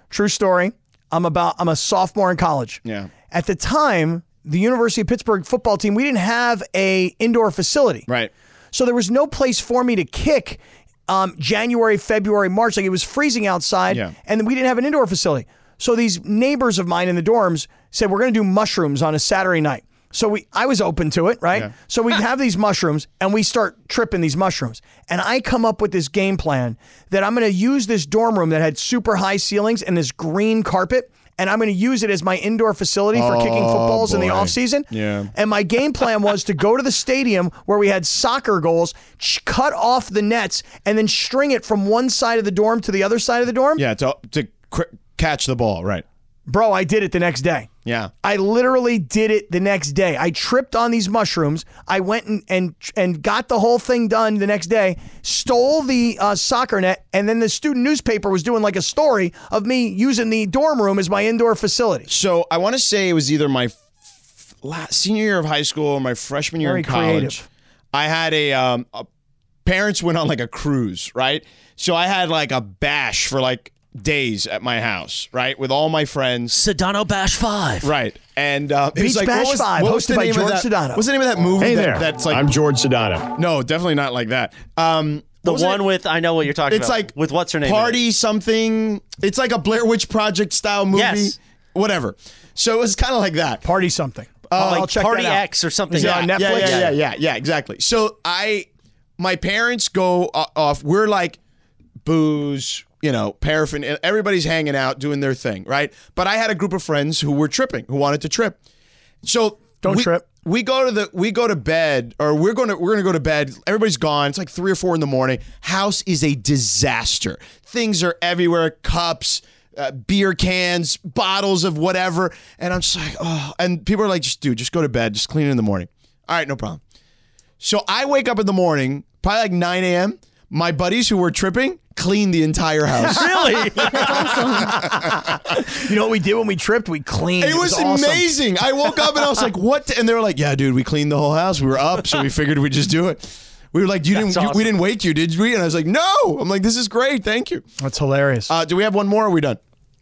[SPEAKER 4] True story. I'm about I'm a sophomore in college.
[SPEAKER 2] Yeah.
[SPEAKER 4] At the time, the University of Pittsburgh football team, we didn't have a indoor facility.
[SPEAKER 2] Right.
[SPEAKER 4] So there was no place for me to kick um, January, February, March. Like it was freezing outside,
[SPEAKER 2] Yeah.
[SPEAKER 4] and we didn't have an indoor facility. So these neighbors of mine in the dorms said we're going to do mushrooms on a Saturday night. So we, I was open to it, right? So we have these mushrooms, and we start tripping these mushrooms. And I come up with this game plan that I'm going to use this dorm room that had super high ceilings and this green carpet, and I'm going to use it as my indoor facility for kicking
[SPEAKER 2] Oh,
[SPEAKER 4] footballs in the
[SPEAKER 2] boy.
[SPEAKER 4] off season.
[SPEAKER 2] Yeah.
[SPEAKER 4] And my game plan was to go to the stadium where we had soccer goals, ch- cut off the nets, and then string it from one side of the dorm to the other side of the dorm.
[SPEAKER 2] Yeah, to, to cr- catch the ball, right?
[SPEAKER 4] Bro, I did it the next day.
[SPEAKER 2] Yeah.
[SPEAKER 4] I literally did it the next day. I tripped on these mushrooms. I went and and, and got the whole thing done the next day. Stole the uh, soccer net, and then the student newspaper was doing like a story of me using the dorm room as my indoor facility.
[SPEAKER 2] So I want to say it was either my f- la senior year of high school or my freshman year
[SPEAKER 4] Very
[SPEAKER 2] in college.
[SPEAKER 4] creative.
[SPEAKER 2] I had a, um, a- parents went on like a cruise, right? So I had like a bash for like days at my house, right, with all my friends.
[SPEAKER 1] Sedano Bash Five,
[SPEAKER 2] right? And uh, it was
[SPEAKER 4] Beach
[SPEAKER 2] like,
[SPEAKER 4] Bash
[SPEAKER 2] what was,
[SPEAKER 4] 5,
[SPEAKER 2] what was
[SPEAKER 4] hosted
[SPEAKER 2] the
[SPEAKER 4] by
[SPEAKER 2] name
[SPEAKER 4] George
[SPEAKER 2] of that,
[SPEAKER 4] Sedano.
[SPEAKER 2] What's the name of that movie?
[SPEAKER 6] Hey
[SPEAKER 2] that-
[SPEAKER 6] there.
[SPEAKER 2] That's like
[SPEAKER 6] I'm George Sedano.
[SPEAKER 2] no, definitely not like that. Um,
[SPEAKER 1] The
[SPEAKER 2] what was
[SPEAKER 1] one
[SPEAKER 2] it?
[SPEAKER 1] with I know what you're talking
[SPEAKER 2] it's
[SPEAKER 1] about.
[SPEAKER 2] like
[SPEAKER 1] with what's her name? in it.
[SPEAKER 2] party something it's like a blair witch project style movie
[SPEAKER 1] Yes.
[SPEAKER 2] whatever so it was kind of like that
[SPEAKER 4] Party something.
[SPEAKER 1] Oh,
[SPEAKER 4] I'll-
[SPEAKER 1] like
[SPEAKER 4] I'll check
[SPEAKER 1] Party
[SPEAKER 4] that out.
[SPEAKER 1] X or something.
[SPEAKER 4] Is it on
[SPEAKER 2] yeah,
[SPEAKER 4] Netflix?
[SPEAKER 2] Yeah, yeah, yeah, yeah, yeah, exactly. So I, my parents go o- off. We're like booze, you know, paraffin. e-, Everybody's hanging out, doing their thing, right? But I had a group of friends who were tripping, who wanted to trip. So
[SPEAKER 4] Don't
[SPEAKER 2] we-
[SPEAKER 4] trip.
[SPEAKER 2] We go to the we go to bed, or we're going to we're going to go to bed. Everybody's gone. It's like three or four in the morning. House is a disaster. Things are everywhere. Cups. Uh, beer cans, bottles of whatever, and I'm just like, oh. And people are like, just dude, just go to bed, just clean it in the morning. All right, no problem. So I wake up in the morning, probably like 9 a.m. My buddies who were tripping clean the entire house.
[SPEAKER 1] Really?
[SPEAKER 4] You know what we did when we tripped? We cleaned.
[SPEAKER 2] It was
[SPEAKER 4] awesome.
[SPEAKER 2] amazing. I woke up and I was like, "What?" the-" And they were like, "Yeah, dude, we cleaned the whole house. We were up, so we figured we'd just do it." We were like, "You didn't. you-
[SPEAKER 1] awesome.
[SPEAKER 2] we didn't wake you, did we?" And I was like, "No." I'm like, "This is great. Thank you."
[SPEAKER 4] That's hilarious.
[SPEAKER 2] Uh, do we have one more? Or are we done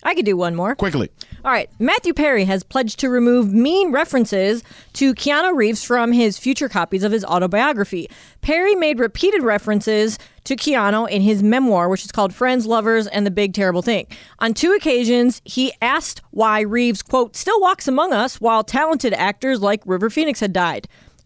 [SPEAKER 3] I could do one more.
[SPEAKER 2] quickly?
[SPEAKER 3] All right. Matthew Perry has pledged to remove mean references to Keanu Reeves from his future copies of his autobiography. Perry made repeated references to Keanu in his memoir, which is called Friends, Lovers, and the Big Terrible Thing. On two occasions, he asked why Reeves, quote, still walks among us while talented actors like River Phoenix had died.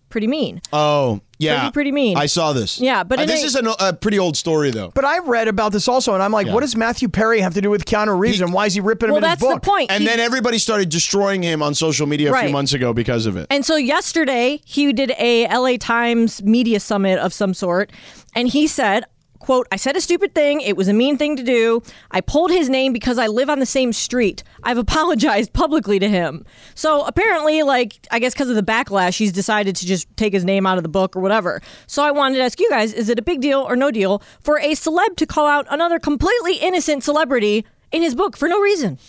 [SPEAKER 3] Pretty mean.
[SPEAKER 2] Oh, yeah,
[SPEAKER 3] Pretty- pretty mean.
[SPEAKER 2] I saw this.
[SPEAKER 3] Yeah, but
[SPEAKER 2] Uh,
[SPEAKER 3] it
[SPEAKER 2] this
[SPEAKER 3] ain't-
[SPEAKER 2] is an, a pretty old story, though.
[SPEAKER 4] but I read about this also, and I'm like, what does Matthew Perry have to do with Keanu Reeves,
[SPEAKER 2] He-
[SPEAKER 4] and why is he ripping
[SPEAKER 3] well,
[SPEAKER 4] him in his
[SPEAKER 3] that's
[SPEAKER 4] book?
[SPEAKER 3] the point.
[SPEAKER 2] And
[SPEAKER 3] He-
[SPEAKER 2] then everybody started destroying him on social media a
[SPEAKER 3] Right.
[SPEAKER 2] few months ago because of it.
[SPEAKER 3] And so yesterday he did a LA Times media summit of some sort and he said, quote, I said a stupid thing, it was a mean thing to do. I pulled his name because I live on the same street. I've apologized publicly to him. So apparently like I guess because of the backlash he's decided to just take his name out of the book or whatever. So I wanted to ask you guys, is it a big deal or no deal for a celeb to call out another completely innocent celebrity in his book for no reason?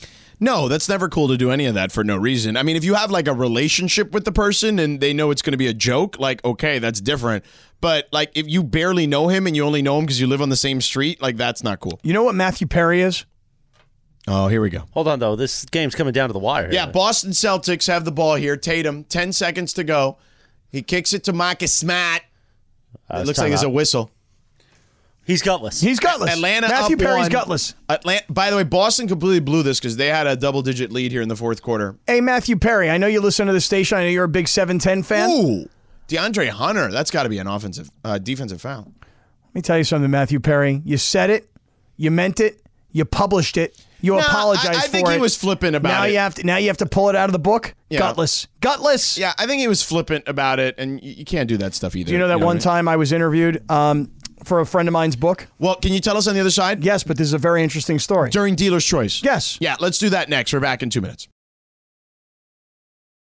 [SPEAKER 2] No, that's never cool to do any of that for no reason. I mean, if you have like a relationship with the person and they know it's going to be a joke, like, okay, that's different. But like, if you barely know him and you only know him because you live on the same street, like, that's not cool.
[SPEAKER 4] you know what Matthew Perry is?
[SPEAKER 2] Oh, here we go.
[SPEAKER 1] Hold on though. This game's coming down to the wire.
[SPEAKER 2] Yeah, Boston Celtics have the ball here. Tatum, 10 seconds to go. He kicks it to Marcus Smart.
[SPEAKER 1] Uh,
[SPEAKER 2] it
[SPEAKER 1] it's
[SPEAKER 2] looks like it's a
[SPEAKER 1] timeout.
[SPEAKER 2] whistle.
[SPEAKER 1] He's gutless.
[SPEAKER 4] He's gutless.
[SPEAKER 2] Atlanta
[SPEAKER 4] Matthew
[SPEAKER 2] up
[SPEAKER 4] Perry's
[SPEAKER 2] one.
[SPEAKER 4] gutless.
[SPEAKER 2] Atlanta, by the way, Boston completely blew this because they had a double digit lead here in the fourth quarter.
[SPEAKER 4] Hey, Matthew Perry, I know you listen to the station. I know you're a big 710 fan.
[SPEAKER 2] Ooh, DeAndre Hunter. That's got to be an offensive, uh, defensive foul.
[SPEAKER 4] Let me tell you something, Matthew Perry. You said it, you meant it, you published it, you
[SPEAKER 2] No, I-
[SPEAKER 4] apologized
[SPEAKER 2] I
[SPEAKER 4] for
[SPEAKER 2] think he
[SPEAKER 4] it.
[SPEAKER 2] was flippant about
[SPEAKER 4] now
[SPEAKER 2] it.
[SPEAKER 4] You have to, now you have to pull it out of the book?
[SPEAKER 2] Yeah.
[SPEAKER 4] Gutless. Gutless.
[SPEAKER 2] Yeah, I think he was flippant about it, and you, you can't do that stuff either.
[SPEAKER 4] Do you know that
[SPEAKER 2] what
[SPEAKER 4] one
[SPEAKER 2] I mean?
[SPEAKER 4] time I was interviewed um, for a friend of mine's book?
[SPEAKER 2] Well, can you tell us on the other side?
[SPEAKER 4] Yes, but this is a very interesting story.
[SPEAKER 2] During dealer's choice.
[SPEAKER 4] Yes.
[SPEAKER 2] Yeah, let's do that next. We're back in two minutes.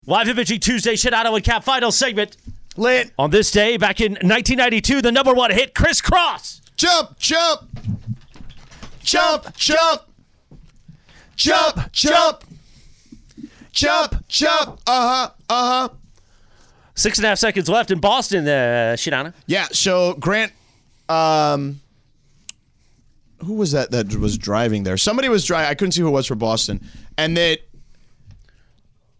[SPEAKER 1] Live imaging Tuesday, Shadado and Cap final segment.
[SPEAKER 4] Lit.
[SPEAKER 1] On this day, back in 1992, the number one hit, Criss Cross.
[SPEAKER 2] Jump, jump, jump, jump, jump, jump, jump, jump. Uh huh. Uh huh.
[SPEAKER 1] Six and a half seconds left in Boston, uh, Shadana.
[SPEAKER 2] Yeah. So Grant, um, who was that that was driving there? Somebody was driving. I couldn't see who it was for Boston, and that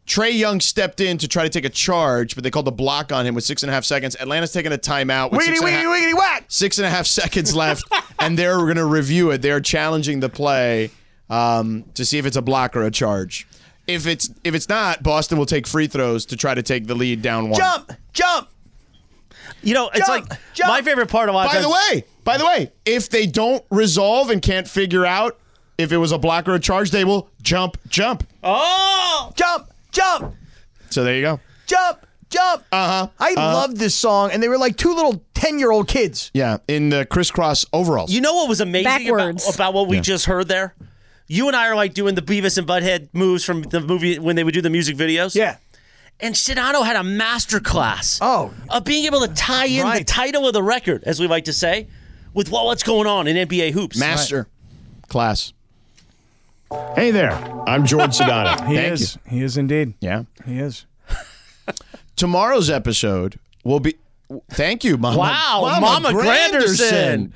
[SPEAKER 2] Trey Young stepped in to try to take a charge, but they called a block on him with six and a half seconds. Atlanta's taking a timeout. With
[SPEAKER 4] Wiggity,
[SPEAKER 2] six and a half-
[SPEAKER 4] wiggity, wiggity, whack.
[SPEAKER 2] Six and a half seconds left, and they're going to review it. They're challenging the play um, to see if it's a block or a charge. If it's if it's not, Boston will take free throws to try to take the lead down one.
[SPEAKER 4] Jump, jump.
[SPEAKER 1] You know, it's
[SPEAKER 4] Jump,
[SPEAKER 1] like
[SPEAKER 4] jump.
[SPEAKER 1] my favorite part of
[SPEAKER 2] By the way, by the way, if they don't resolve and can't figure out If it was a block or a charge, they will jump, jump.
[SPEAKER 1] Oh!
[SPEAKER 4] Jump, jump,
[SPEAKER 2] So there you go.
[SPEAKER 4] jump, jump.
[SPEAKER 2] Uh huh.
[SPEAKER 4] I loved this song, and they were like two little ten-year-old kids.
[SPEAKER 2] Yeah, in the crisscross overalls.
[SPEAKER 1] You know what was amazing about,
[SPEAKER 3] Backwards.
[SPEAKER 1] about what we just heard there? You and I are like doing the Beavis and Butthead moves from the movie when they would do the music videos.
[SPEAKER 4] Yeah.
[SPEAKER 1] And Sidano had a master class
[SPEAKER 4] Oh.
[SPEAKER 1] of being able to tie in the
[SPEAKER 4] Right.
[SPEAKER 1] title of the record, as we like to say, with what, what's going on in NBA hoops.
[SPEAKER 2] Master class. Hey there, I'm George Sedano.
[SPEAKER 4] He
[SPEAKER 2] Thank
[SPEAKER 4] is.
[SPEAKER 2] you.
[SPEAKER 4] He is indeed.
[SPEAKER 2] Yeah.
[SPEAKER 4] He is.
[SPEAKER 2] Tomorrow's episode will be. Thank you, Mama.
[SPEAKER 1] Wow, Mama Granderson.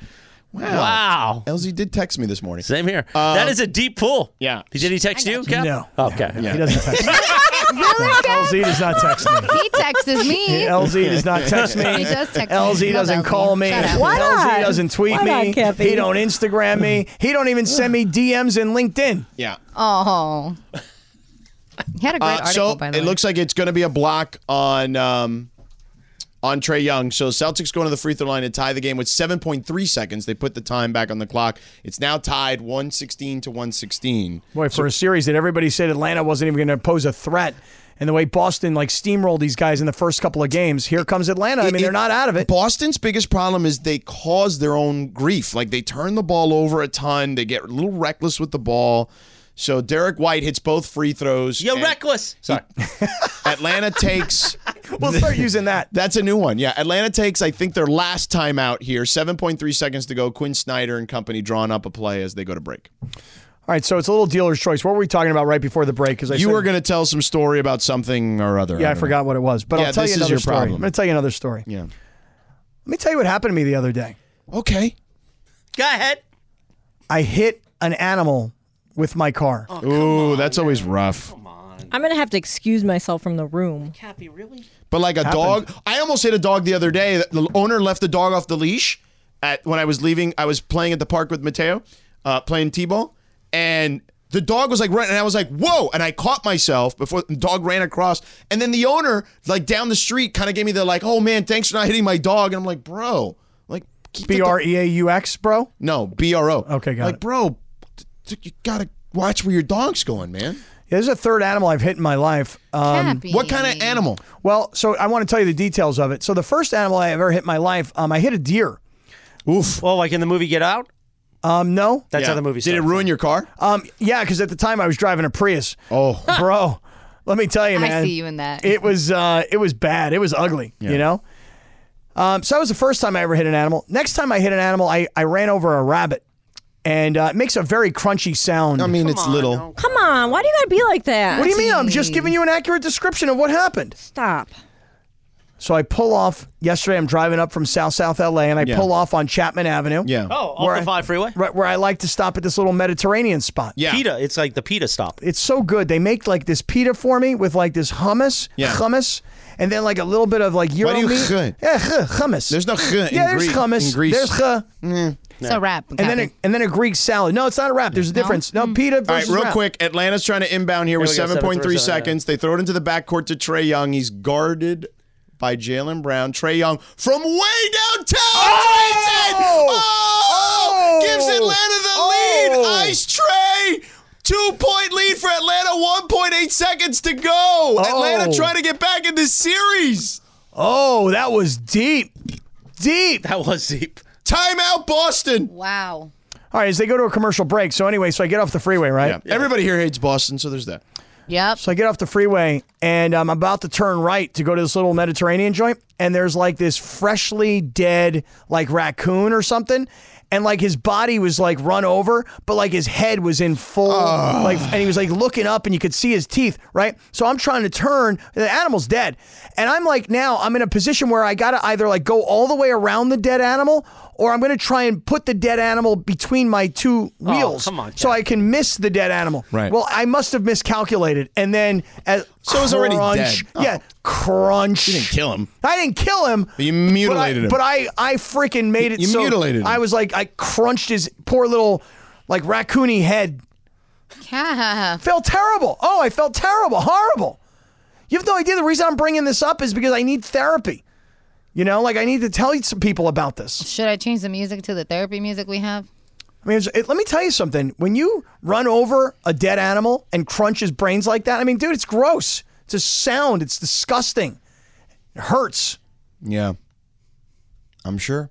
[SPEAKER 1] Wow.
[SPEAKER 2] Elsie did text me this morning.
[SPEAKER 1] Same here.
[SPEAKER 4] Um,
[SPEAKER 1] that is a deep pull.
[SPEAKER 2] yeah.
[SPEAKER 1] Did he text you, Cap?
[SPEAKER 4] No.
[SPEAKER 1] Okay.
[SPEAKER 4] No, He doesn't text. me.
[SPEAKER 5] Oh. Really, Kev?
[SPEAKER 4] LZ does not text me.
[SPEAKER 5] He texts me.
[SPEAKER 4] LZ does not text me.
[SPEAKER 5] He does text me.
[SPEAKER 4] LZ
[SPEAKER 5] Love
[SPEAKER 4] doesn't
[SPEAKER 5] LZ.
[SPEAKER 4] call me.
[SPEAKER 5] Shut up.
[SPEAKER 3] Why
[SPEAKER 4] LZ
[SPEAKER 3] not?
[SPEAKER 4] doesn't tweet
[SPEAKER 3] Why
[SPEAKER 4] me.
[SPEAKER 3] not, Kathy?
[SPEAKER 4] he don't Instagram me. He don't even send me DMs in LinkedIn.
[SPEAKER 2] Yeah.
[SPEAKER 5] Oh. He had a great
[SPEAKER 2] Uh,
[SPEAKER 5] article,
[SPEAKER 2] so
[SPEAKER 5] by the
[SPEAKER 2] it
[SPEAKER 5] way.
[SPEAKER 2] looks like it's going to be a block on um, on Trey Young. So Celtics going to the free throw line to tie the game with 7.3 seconds. They put the time back on the clock. It's now tied 116 to 116.
[SPEAKER 4] Boy, for a series that everybody said Atlanta wasn't even going to pose a threat, and the way Boston like steamrolled these guys in the first couple of games, here comes Atlanta. I mean, they're not out of it.
[SPEAKER 2] Boston's biggest problem is they cause their own grief. Like they turn the ball over a ton. They get a little reckless with the ball. So Derek White hits both free throws.
[SPEAKER 1] You're
[SPEAKER 2] and
[SPEAKER 1] reckless. Sorry.
[SPEAKER 2] Atlanta takes.
[SPEAKER 4] We'll start using that.
[SPEAKER 2] That's a new one. Yeah. Atlanta takes, I think, their last time out here. 7.3 seconds to go. Quinn Snyder and company drawing up a play as they go to break.
[SPEAKER 4] All right, so it's a little dealer's choice. What were we talking about right before the break? Because I
[SPEAKER 2] You
[SPEAKER 4] said-
[SPEAKER 2] were going to tell some story about something or other.
[SPEAKER 4] Yeah, I
[SPEAKER 2] don't
[SPEAKER 4] forgot what it was, but
[SPEAKER 2] Yeah,
[SPEAKER 4] I'll tell
[SPEAKER 2] this
[SPEAKER 4] you
[SPEAKER 2] is
[SPEAKER 4] another
[SPEAKER 2] your
[SPEAKER 4] story.
[SPEAKER 2] problem.
[SPEAKER 4] I'm going to tell you another story.
[SPEAKER 2] know. Yeah.
[SPEAKER 4] Let me tell you what happened to me the other day.
[SPEAKER 2] Okay.
[SPEAKER 1] Go ahead.
[SPEAKER 4] I hit an animal with my car.
[SPEAKER 2] Oh. Ooh, that's always rough.
[SPEAKER 3] I'm gonna have to excuse myself from the room.
[SPEAKER 1] Cappy, really?
[SPEAKER 2] But like a dog, I almost hit a dog the other day. The owner left the dog off the leash at when I was leaving. I was playing at the park with Mateo, uh, playing t-ball, and the dog was like running, and I was like, "Whoa!" And I caught myself before the dog ran across. And then the owner, like down the street, kind of gave me the like, "Oh man, thanks for not hitting my dog." And I'm like, "Bro, like keep the
[SPEAKER 4] B
[SPEAKER 2] dog-
[SPEAKER 4] R E A U X, bro.
[SPEAKER 2] no B R O."
[SPEAKER 4] Okay, got
[SPEAKER 2] like,
[SPEAKER 4] it.
[SPEAKER 2] bro, t- you gotta watch where your dog's going, man.
[SPEAKER 4] Yeah, This is a third animal I've hit in my life. Um,
[SPEAKER 5] Happy.
[SPEAKER 2] What kind of animal?
[SPEAKER 4] well, so I want to tell you the details of it. So the first animal I ever hit in my life, um, I hit a deer.
[SPEAKER 2] Oof.
[SPEAKER 1] Well, Oh, like in the movie Get Out?
[SPEAKER 4] Um, no,
[SPEAKER 1] That's
[SPEAKER 2] Yeah.
[SPEAKER 1] how the movie
[SPEAKER 2] Did it
[SPEAKER 1] starts.
[SPEAKER 2] ruin your car?
[SPEAKER 4] um, yeah, because at the time I was driving a Prius.
[SPEAKER 2] Oh.
[SPEAKER 4] bro, let me tell you, man.
[SPEAKER 5] I see you in that.
[SPEAKER 4] It was uh, it was bad. It was ugly. You know. Um, so that was the first time I ever hit an animal. Next time I hit an animal, I, I ran over a rabbit, and uh, it makes a very crunchy sound.
[SPEAKER 2] I mean, it's little.
[SPEAKER 3] Come on, why do you gotta be like that?
[SPEAKER 4] what do you mean? I'm just giving you an accurate description of what happened.
[SPEAKER 3] Stop.
[SPEAKER 4] So I pull off yesterday. I'm driving up from South South LA, and I
[SPEAKER 2] Yeah.
[SPEAKER 4] pull off on Chapman Avenue.
[SPEAKER 2] Yeah.
[SPEAKER 1] Oh, off
[SPEAKER 4] Where
[SPEAKER 1] the
[SPEAKER 4] I-
[SPEAKER 1] 5 freeway?
[SPEAKER 4] right where I like to stop at this little Mediterranean spot.
[SPEAKER 2] Yeah.
[SPEAKER 1] PETA. It's like the PETA stop.
[SPEAKER 4] It's so good. They make like this pita for me with like this hummus,
[SPEAKER 2] Yeah.
[SPEAKER 4] hummus, and then like a little bit of like Euro
[SPEAKER 2] do you
[SPEAKER 4] meat.
[SPEAKER 2] ch-
[SPEAKER 4] Yeah, ch- hummus.
[SPEAKER 2] The's no ch in
[SPEAKER 4] yeah, there's
[SPEAKER 2] Greek-
[SPEAKER 4] hummus.
[SPEAKER 2] in Greece.
[SPEAKER 4] There's ch-
[SPEAKER 5] It's a wrap.
[SPEAKER 4] and then a, and then a Greek salad. No, it's not a wrap. There's a difference. No, pita
[SPEAKER 2] All right,
[SPEAKER 4] versus
[SPEAKER 2] real
[SPEAKER 4] wrap.
[SPEAKER 2] quick. Atlanta's trying to inbound here with
[SPEAKER 1] we go,
[SPEAKER 2] 7.3
[SPEAKER 1] 7.3
[SPEAKER 4] oh,
[SPEAKER 2] seconds. They throw it into the backcourt to Trey Young. He's guarded by Jalen Brown. Trey Young from way downtown. Oh! Oh!
[SPEAKER 4] Oh!
[SPEAKER 2] Gives Atlanta the
[SPEAKER 4] Oh!
[SPEAKER 2] lead. Ice Trey. Two point lead for Atlanta. 1.8 seconds to go. Atlanta trying to get back in this series.
[SPEAKER 4] Oh, that was deep, deep.
[SPEAKER 1] That was deep.
[SPEAKER 2] Timeout, Boston.
[SPEAKER 5] Wow.
[SPEAKER 4] All right, as they go to a commercial break. So anyway, so I get off the freeway, right?
[SPEAKER 2] Yeah. Everybody here hates Boston, so there's that.
[SPEAKER 5] Yep.
[SPEAKER 4] So I get off the freeway and I'm about to turn right to go to this little Mediterranean joint. And there's like this freshly dead, like raccoon or something. And like his body was like run over, but like his head was in full, like, and he was like looking up and you could see his teeth, right? So I'm trying to turn, the animal's dead. And I'm like, now I'm in a position where I gotta either like go all the way around the dead animal or I'm gonna try and put the dead animal between my two wheels.
[SPEAKER 1] Oh, come on,
[SPEAKER 4] so
[SPEAKER 1] Jack.
[SPEAKER 4] I can miss the dead animal.
[SPEAKER 2] Right.
[SPEAKER 4] Well, I must have miscalculated, and then as
[SPEAKER 2] So it was already
[SPEAKER 4] crunch-
[SPEAKER 2] dead. Oh.
[SPEAKER 4] Yeah, crunch. You didn't
[SPEAKER 2] kill him.
[SPEAKER 4] I didn't kill him.
[SPEAKER 2] But you mutilated him.
[SPEAKER 4] but I, But I, I freaking made it.
[SPEAKER 2] You
[SPEAKER 4] so
[SPEAKER 2] mutilated him.
[SPEAKER 4] I was like, I crunched his poor little, like raccoony head.
[SPEAKER 5] Calf.
[SPEAKER 4] Felt terrible. Oh, I felt terrible, horrible. You have no idea. The reason I'm bringing this up is because I need therapy. You know, like I need to tell some people about this.
[SPEAKER 5] Should I change the music to the therapy music we have?
[SPEAKER 4] I mean, it's- it, let me tell you something. When you run over a dead animal and crunch his brains like that, I mean, dude, it's gross. It's a sound. It's disgusting. It hurts.
[SPEAKER 2] Yeah. I'm sure.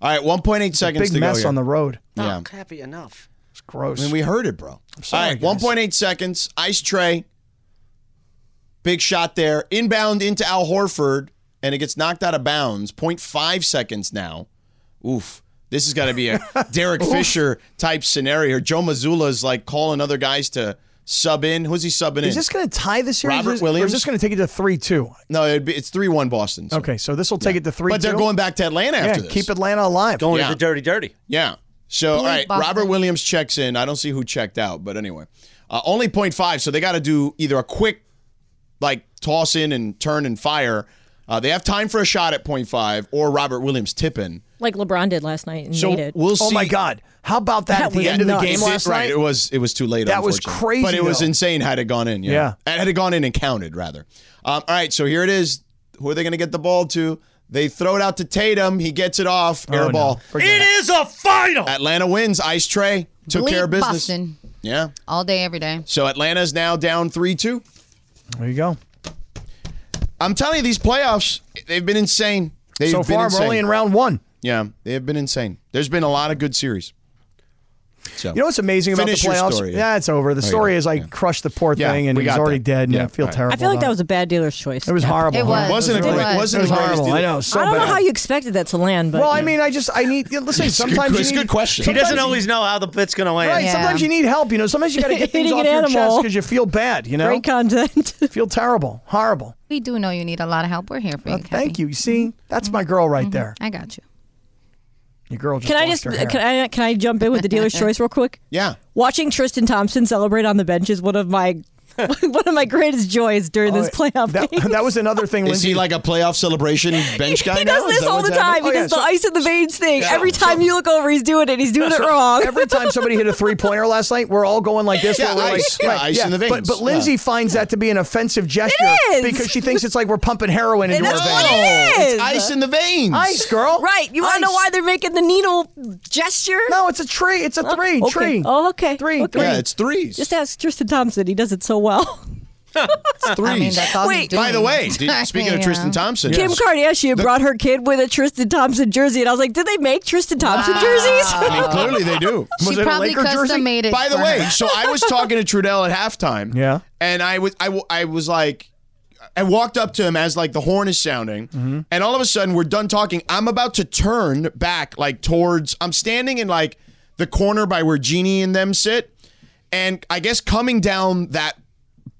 [SPEAKER 2] All right, 1.8 seconds
[SPEAKER 4] big
[SPEAKER 2] to go
[SPEAKER 4] mess
[SPEAKER 2] here.
[SPEAKER 4] on the road.
[SPEAKER 2] Yeah.
[SPEAKER 1] happy enough.
[SPEAKER 4] It's gross.
[SPEAKER 2] I mean, we heard it, bro.
[SPEAKER 4] sorry,
[SPEAKER 2] All right, 1.8 seconds. Ice tray. Big shot there. Inbound into Al Horford, and it gets knocked out of bounds. 0.5 seconds now. Oof. This has got to be a Derek Fisher type scenario. Joe Mazzulla's like calling other guys to sub in. Who's he subbing in?
[SPEAKER 4] Is this going to tie the series?
[SPEAKER 2] Robert
[SPEAKER 4] or is- Or
[SPEAKER 2] Williams?
[SPEAKER 4] is this going to take it to 3 2?
[SPEAKER 2] no, it'd be, it's 3 1 Boston. so-
[SPEAKER 4] Okay, so this will take it to 3
[SPEAKER 2] But they're going back to Atlanta
[SPEAKER 4] yeah,
[SPEAKER 2] after this.
[SPEAKER 4] Keep Atlanta alive.
[SPEAKER 1] Going
[SPEAKER 2] Yeah.
[SPEAKER 1] to the dirty, dirty.
[SPEAKER 2] Yeah. So, all right,
[SPEAKER 5] Boston.
[SPEAKER 2] Robert Williams checks in. I don't see who checked out, but anyway. Uh, only 0.5, so they got to do either a quick, like, toss in and turn and fire. Uh, they have time for a shot at 0.5 or Robert Williams tipping.
[SPEAKER 3] Like LeBron did last night and
[SPEAKER 2] So
[SPEAKER 3] made it.
[SPEAKER 2] we'll see.
[SPEAKER 4] Oh my God! How about that,
[SPEAKER 3] That
[SPEAKER 4] at the
[SPEAKER 3] was
[SPEAKER 4] end of the
[SPEAKER 3] nuts.
[SPEAKER 4] game
[SPEAKER 2] It-
[SPEAKER 4] last
[SPEAKER 2] right,
[SPEAKER 4] night?
[SPEAKER 2] it was it was too late.
[SPEAKER 4] That was
[SPEAKER 2] unfortunately.
[SPEAKER 4] crazy,
[SPEAKER 2] but it was
[SPEAKER 4] though.
[SPEAKER 2] insane had it gone in. Yeah,
[SPEAKER 4] Yeah.
[SPEAKER 2] had it gone in and counted rather. Um, all right, so here it is. Who are they going to get the ball to? They throw it out to Tatum. He gets it off. Air
[SPEAKER 4] Oh, no.
[SPEAKER 2] ball.
[SPEAKER 4] Forget
[SPEAKER 1] It is a final.
[SPEAKER 2] Atlanta wins. Ice tray took
[SPEAKER 5] Bleep
[SPEAKER 2] care of business.
[SPEAKER 5] Boston
[SPEAKER 2] Yeah.
[SPEAKER 5] all day, every day.
[SPEAKER 2] So Atlanta's now down 3 2.
[SPEAKER 4] There you go.
[SPEAKER 2] I'm telling you, these playoffs, they've been insane. They've
[SPEAKER 4] So
[SPEAKER 2] been
[SPEAKER 4] far,
[SPEAKER 2] insane.
[SPEAKER 4] we're only in round one.
[SPEAKER 2] Yeah, they have been insane. There's been a lot of good series. So,
[SPEAKER 4] You know what's amazing about
[SPEAKER 2] Finish
[SPEAKER 4] the
[SPEAKER 2] your
[SPEAKER 4] playoffs?
[SPEAKER 2] story.
[SPEAKER 4] Yeah, it's over. The
[SPEAKER 2] you
[SPEAKER 4] story
[SPEAKER 2] go.
[SPEAKER 4] is I
[SPEAKER 2] Yeah.
[SPEAKER 4] crushed the poor
[SPEAKER 2] Yeah,
[SPEAKER 4] thing and
[SPEAKER 2] we
[SPEAKER 4] he's
[SPEAKER 2] got
[SPEAKER 4] already
[SPEAKER 2] that.
[SPEAKER 4] dead and
[SPEAKER 2] Yeah,
[SPEAKER 4] I feel
[SPEAKER 2] right.
[SPEAKER 4] terrible.
[SPEAKER 3] I feel like
[SPEAKER 4] about
[SPEAKER 3] that was a bad dealer's choice.
[SPEAKER 4] It was horrible.
[SPEAKER 5] It was.
[SPEAKER 2] Wasn't a
[SPEAKER 5] it
[SPEAKER 2] great-
[SPEAKER 5] was.
[SPEAKER 2] wasn't
[SPEAKER 4] It was
[SPEAKER 2] the greatest
[SPEAKER 4] horrible. I
[SPEAKER 2] deal.
[SPEAKER 4] know. So
[SPEAKER 3] I don't know
[SPEAKER 4] bad.
[SPEAKER 3] how you expected that to land, but
[SPEAKER 4] well, I mean, I just I need. you know, Listen, sometimes
[SPEAKER 2] it's a
[SPEAKER 4] you
[SPEAKER 2] good
[SPEAKER 4] need-
[SPEAKER 2] question.
[SPEAKER 1] He
[SPEAKER 2] He
[SPEAKER 1] doesn't
[SPEAKER 4] sometimes
[SPEAKER 1] always know how the bit's going to land.
[SPEAKER 4] Right.
[SPEAKER 5] Yeah.
[SPEAKER 4] Sometimes you need help. You know. Sometimes you got to get things
[SPEAKER 3] Hitting an
[SPEAKER 4] off your chest
[SPEAKER 3] animal.
[SPEAKER 4] because you feel bad. You know.
[SPEAKER 3] great content.
[SPEAKER 4] Feel terrible. Horrible.
[SPEAKER 5] We do know you need a lot of help. We're here for you.
[SPEAKER 4] Thank you. You see, that's my girl right there.
[SPEAKER 5] I got you.
[SPEAKER 4] Your girl just.
[SPEAKER 3] Mm-hmm. Can I
[SPEAKER 4] lost
[SPEAKER 3] just
[SPEAKER 4] her hair.
[SPEAKER 3] can I can I jump in with the dealer's choice real quick?
[SPEAKER 2] Yeah.
[SPEAKER 3] Watching Tristan Thompson celebrate on the bench is one of my one of my greatest joys during this playoff
[SPEAKER 4] Oh, that,
[SPEAKER 3] game.
[SPEAKER 4] that was another thing.
[SPEAKER 2] Is
[SPEAKER 4] Lindsay,
[SPEAKER 2] he like a playoff celebration bench guy
[SPEAKER 3] he
[SPEAKER 2] now?
[SPEAKER 3] does
[SPEAKER 2] Is
[SPEAKER 3] this
[SPEAKER 2] that
[SPEAKER 3] all
[SPEAKER 2] what's
[SPEAKER 3] the time.
[SPEAKER 2] happening?
[SPEAKER 3] he
[SPEAKER 4] Oh, yeah,
[SPEAKER 3] does
[SPEAKER 4] so-
[SPEAKER 3] the ice in the veins thing.
[SPEAKER 2] Yeah,
[SPEAKER 3] Every
[SPEAKER 2] so-
[SPEAKER 3] time you look over, he's doing it. He's doing it wrong.
[SPEAKER 4] every time somebody hit a three pointer last night, we're all going like this.
[SPEAKER 2] Yeah,
[SPEAKER 4] where we're
[SPEAKER 2] ice.
[SPEAKER 4] like,
[SPEAKER 2] Yeah, ice in the
[SPEAKER 4] But,
[SPEAKER 2] veins.
[SPEAKER 4] but Lindsay finds that to be an offensive gesture
[SPEAKER 3] is.
[SPEAKER 4] because she thinks it's like we're pumping heroin into her
[SPEAKER 3] is.
[SPEAKER 4] veins.
[SPEAKER 2] Oh,
[SPEAKER 3] It
[SPEAKER 2] it's
[SPEAKER 3] is.
[SPEAKER 2] ice in the veins.
[SPEAKER 4] Ice, girl.
[SPEAKER 3] right? You want to know why they're making the needle gesture?
[SPEAKER 4] No, it's a tree. It's a three.
[SPEAKER 3] okay.
[SPEAKER 4] Tree.
[SPEAKER 3] Oh, okay.
[SPEAKER 4] Three.
[SPEAKER 3] Okay.
[SPEAKER 2] Yeah, it's threes.
[SPEAKER 3] Just ask Tristan Thompson. He does it so well.
[SPEAKER 2] it's threes.
[SPEAKER 5] I mean, that's all
[SPEAKER 3] Wait.
[SPEAKER 5] he's doing.
[SPEAKER 2] By the way, did- speaking of
[SPEAKER 5] Yeah.
[SPEAKER 2] Tristan Thompson,
[SPEAKER 3] Kim Kardashian brought her kid with a Tristan Thompson jersey, and I was like, "Did they make Tristan Thompson jerseys?"
[SPEAKER 2] I mean, clearly they do.
[SPEAKER 4] Was it
[SPEAKER 5] she
[SPEAKER 4] a
[SPEAKER 5] probably
[SPEAKER 4] Laker jersey?
[SPEAKER 5] custom made it.
[SPEAKER 2] By the
[SPEAKER 5] for
[SPEAKER 2] way,
[SPEAKER 5] her.
[SPEAKER 2] so I was talking to Trudell at halftime.
[SPEAKER 4] Yeah.
[SPEAKER 2] And I was I, w- I was like I walked up to him as like the horn is sounding, and all of a sudden we're done talking. I'm about to turn back like towards I'm standing in like the corner by where Jeannie and them sit, and I guess coming down that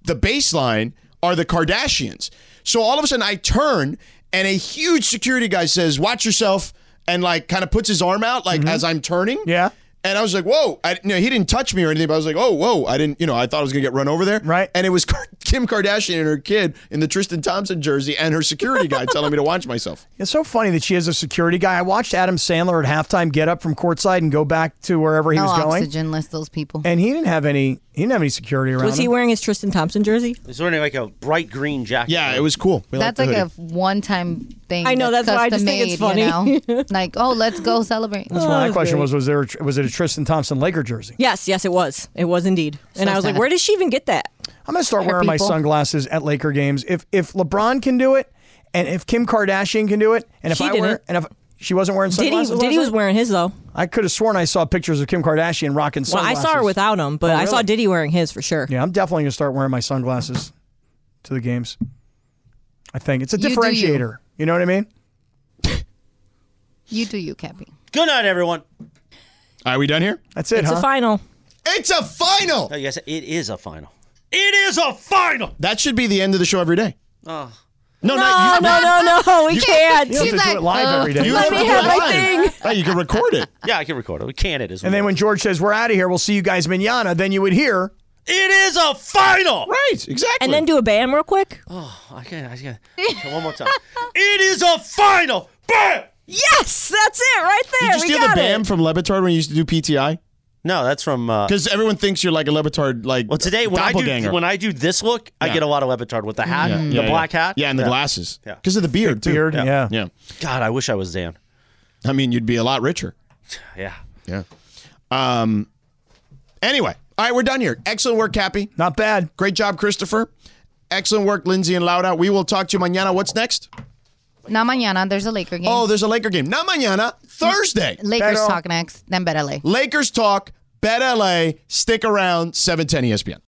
[SPEAKER 2] the baseline are the Kardashians. So all of a sudden I turn and a huge security guy says, "Watch yourself." And like, kind of puts his arm out, like as I'm turning.
[SPEAKER 4] Yeah.
[SPEAKER 2] And I was like, whoa. I, you know, he didn't touch me or anything, but I was like, oh, whoa. I didn't, you know, I thought I was going to get run over there.
[SPEAKER 4] Right.
[SPEAKER 2] And it was Kim Kardashian and her kid in the Tristan Thompson jersey and her security guy telling me to watch myself.
[SPEAKER 4] It's so funny that she is a security guy. I watched Adam Sandler at halftime get up from courtside and go back to wherever he
[SPEAKER 5] no
[SPEAKER 4] was going,
[SPEAKER 5] oxygenless those people.
[SPEAKER 4] and he didn't have any. He didn't have any security around
[SPEAKER 3] was he
[SPEAKER 4] him.
[SPEAKER 3] wearing his Tristan Thompson jersey?
[SPEAKER 1] He's wearing like a bright green jacket.
[SPEAKER 2] Yeah, it was cool. We liked
[SPEAKER 5] that's
[SPEAKER 2] the
[SPEAKER 5] like a
[SPEAKER 2] hoodie.
[SPEAKER 5] one-time thing.
[SPEAKER 3] I know, that's why I just
[SPEAKER 5] custom
[SPEAKER 3] think it's
[SPEAKER 5] made, You know? like, oh, let's go celebrate.
[SPEAKER 4] That's why my
[SPEAKER 3] that's
[SPEAKER 4] question
[SPEAKER 3] great.
[SPEAKER 4] was: Was there? a- Was it a Tristan Thompson Laker jersey?
[SPEAKER 3] Yes, yes, it was. It was indeed. and I was like,
[SPEAKER 5] sad.
[SPEAKER 3] "Where does she even get that?"
[SPEAKER 4] I'm gonna start
[SPEAKER 5] Her
[SPEAKER 4] wearing my
[SPEAKER 5] people.
[SPEAKER 4] sunglasses at Laker games. If if LeBron can do it, and if Kim Kardashian can do it, and if
[SPEAKER 3] She
[SPEAKER 4] I wear
[SPEAKER 3] didn't.
[SPEAKER 4] and if she wasn't wering
[SPEAKER 3] Diddy,
[SPEAKER 4] sunglasses, last
[SPEAKER 3] Diddy was
[SPEAKER 4] night,
[SPEAKER 3] wearing his though.
[SPEAKER 4] I could have sworn I saw pictures of Kim Kardashian rocking
[SPEAKER 3] Well, I
[SPEAKER 4] sunglasses.
[SPEAKER 3] saw her without him,
[SPEAKER 2] Oh,
[SPEAKER 3] but I saw
[SPEAKER 4] really?
[SPEAKER 3] Diddy wearing his for sure.
[SPEAKER 4] Yeah, I'm definitely gonna start wearing my sunglasses to the games. I think it's a
[SPEAKER 5] You do you.
[SPEAKER 4] differentiator. You know what I mean?
[SPEAKER 5] You do you, Cappy.
[SPEAKER 1] Good night, everyone.
[SPEAKER 2] Are we done here?
[SPEAKER 4] That's it,
[SPEAKER 3] It's
[SPEAKER 4] huh?
[SPEAKER 3] a final.
[SPEAKER 2] It's a final.
[SPEAKER 1] No, you guys, it is a final. It is a final.
[SPEAKER 2] That should be the end of the show every day.
[SPEAKER 1] Oh.
[SPEAKER 2] No,
[SPEAKER 3] No,
[SPEAKER 2] not you.
[SPEAKER 3] no, no, no. We can't.
[SPEAKER 4] you don't have to
[SPEAKER 5] She's
[SPEAKER 4] do it
[SPEAKER 5] like,
[SPEAKER 4] live
[SPEAKER 5] uh,
[SPEAKER 4] every day.
[SPEAKER 2] You
[SPEAKER 3] Let
[SPEAKER 2] have
[SPEAKER 3] me
[SPEAKER 2] to
[SPEAKER 3] have
[SPEAKER 2] do
[SPEAKER 3] my
[SPEAKER 2] it live. Right, you can record it.
[SPEAKER 1] Yeah, I can record it. We can it as well.
[SPEAKER 4] and then when George says we're out of here, we'll see you guys manana. Then you would hear.
[SPEAKER 1] it is a final.
[SPEAKER 2] Right, exactly.
[SPEAKER 3] And then do a band real quick.
[SPEAKER 1] Oh, I can't. I can't. Okay, one more time. it is a final. Bam.
[SPEAKER 3] Yes, that's it right there.
[SPEAKER 2] Did you
[SPEAKER 3] we
[SPEAKER 2] steal the
[SPEAKER 3] got
[SPEAKER 2] BAM
[SPEAKER 3] it.
[SPEAKER 2] from Levitard when you used to do PTI?
[SPEAKER 1] No, that's from. Uh,
[SPEAKER 2] Because everyone thinks you're like a Levitard, like
[SPEAKER 1] well, today when I do
[SPEAKER 2] doppelganger.
[SPEAKER 1] when I do this look, I
[SPEAKER 2] Yeah.
[SPEAKER 1] get a lot of Levitard with the hat, the
[SPEAKER 2] Yeah, yeah.
[SPEAKER 1] black hat,
[SPEAKER 2] yeah, and the glasses,
[SPEAKER 1] Yeah.
[SPEAKER 2] because of the beard, too.
[SPEAKER 4] Beard, yeah.
[SPEAKER 2] yeah.
[SPEAKER 1] God, I wish I was Dan.
[SPEAKER 2] I mean, you'd be a lot richer.
[SPEAKER 1] Yeah.
[SPEAKER 2] Yeah. Um. Anyway, all right, we're done here. Excellent work, Cappy.
[SPEAKER 4] Not bad.
[SPEAKER 2] Great job, Christopher. Excellent work, Lindsay and Laura. We will talk to you mañana. What's next?
[SPEAKER 5] Not mañana. There's a Laker game.
[SPEAKER 2] Oh, there's a Laker game. Not mañana. Thursday.
[SPEAKER 5] Lakers talk next, then Bet LA.
[SPEAKER 2] Lakers talk. Bet LA. Stick around. Seven ten E ESPN.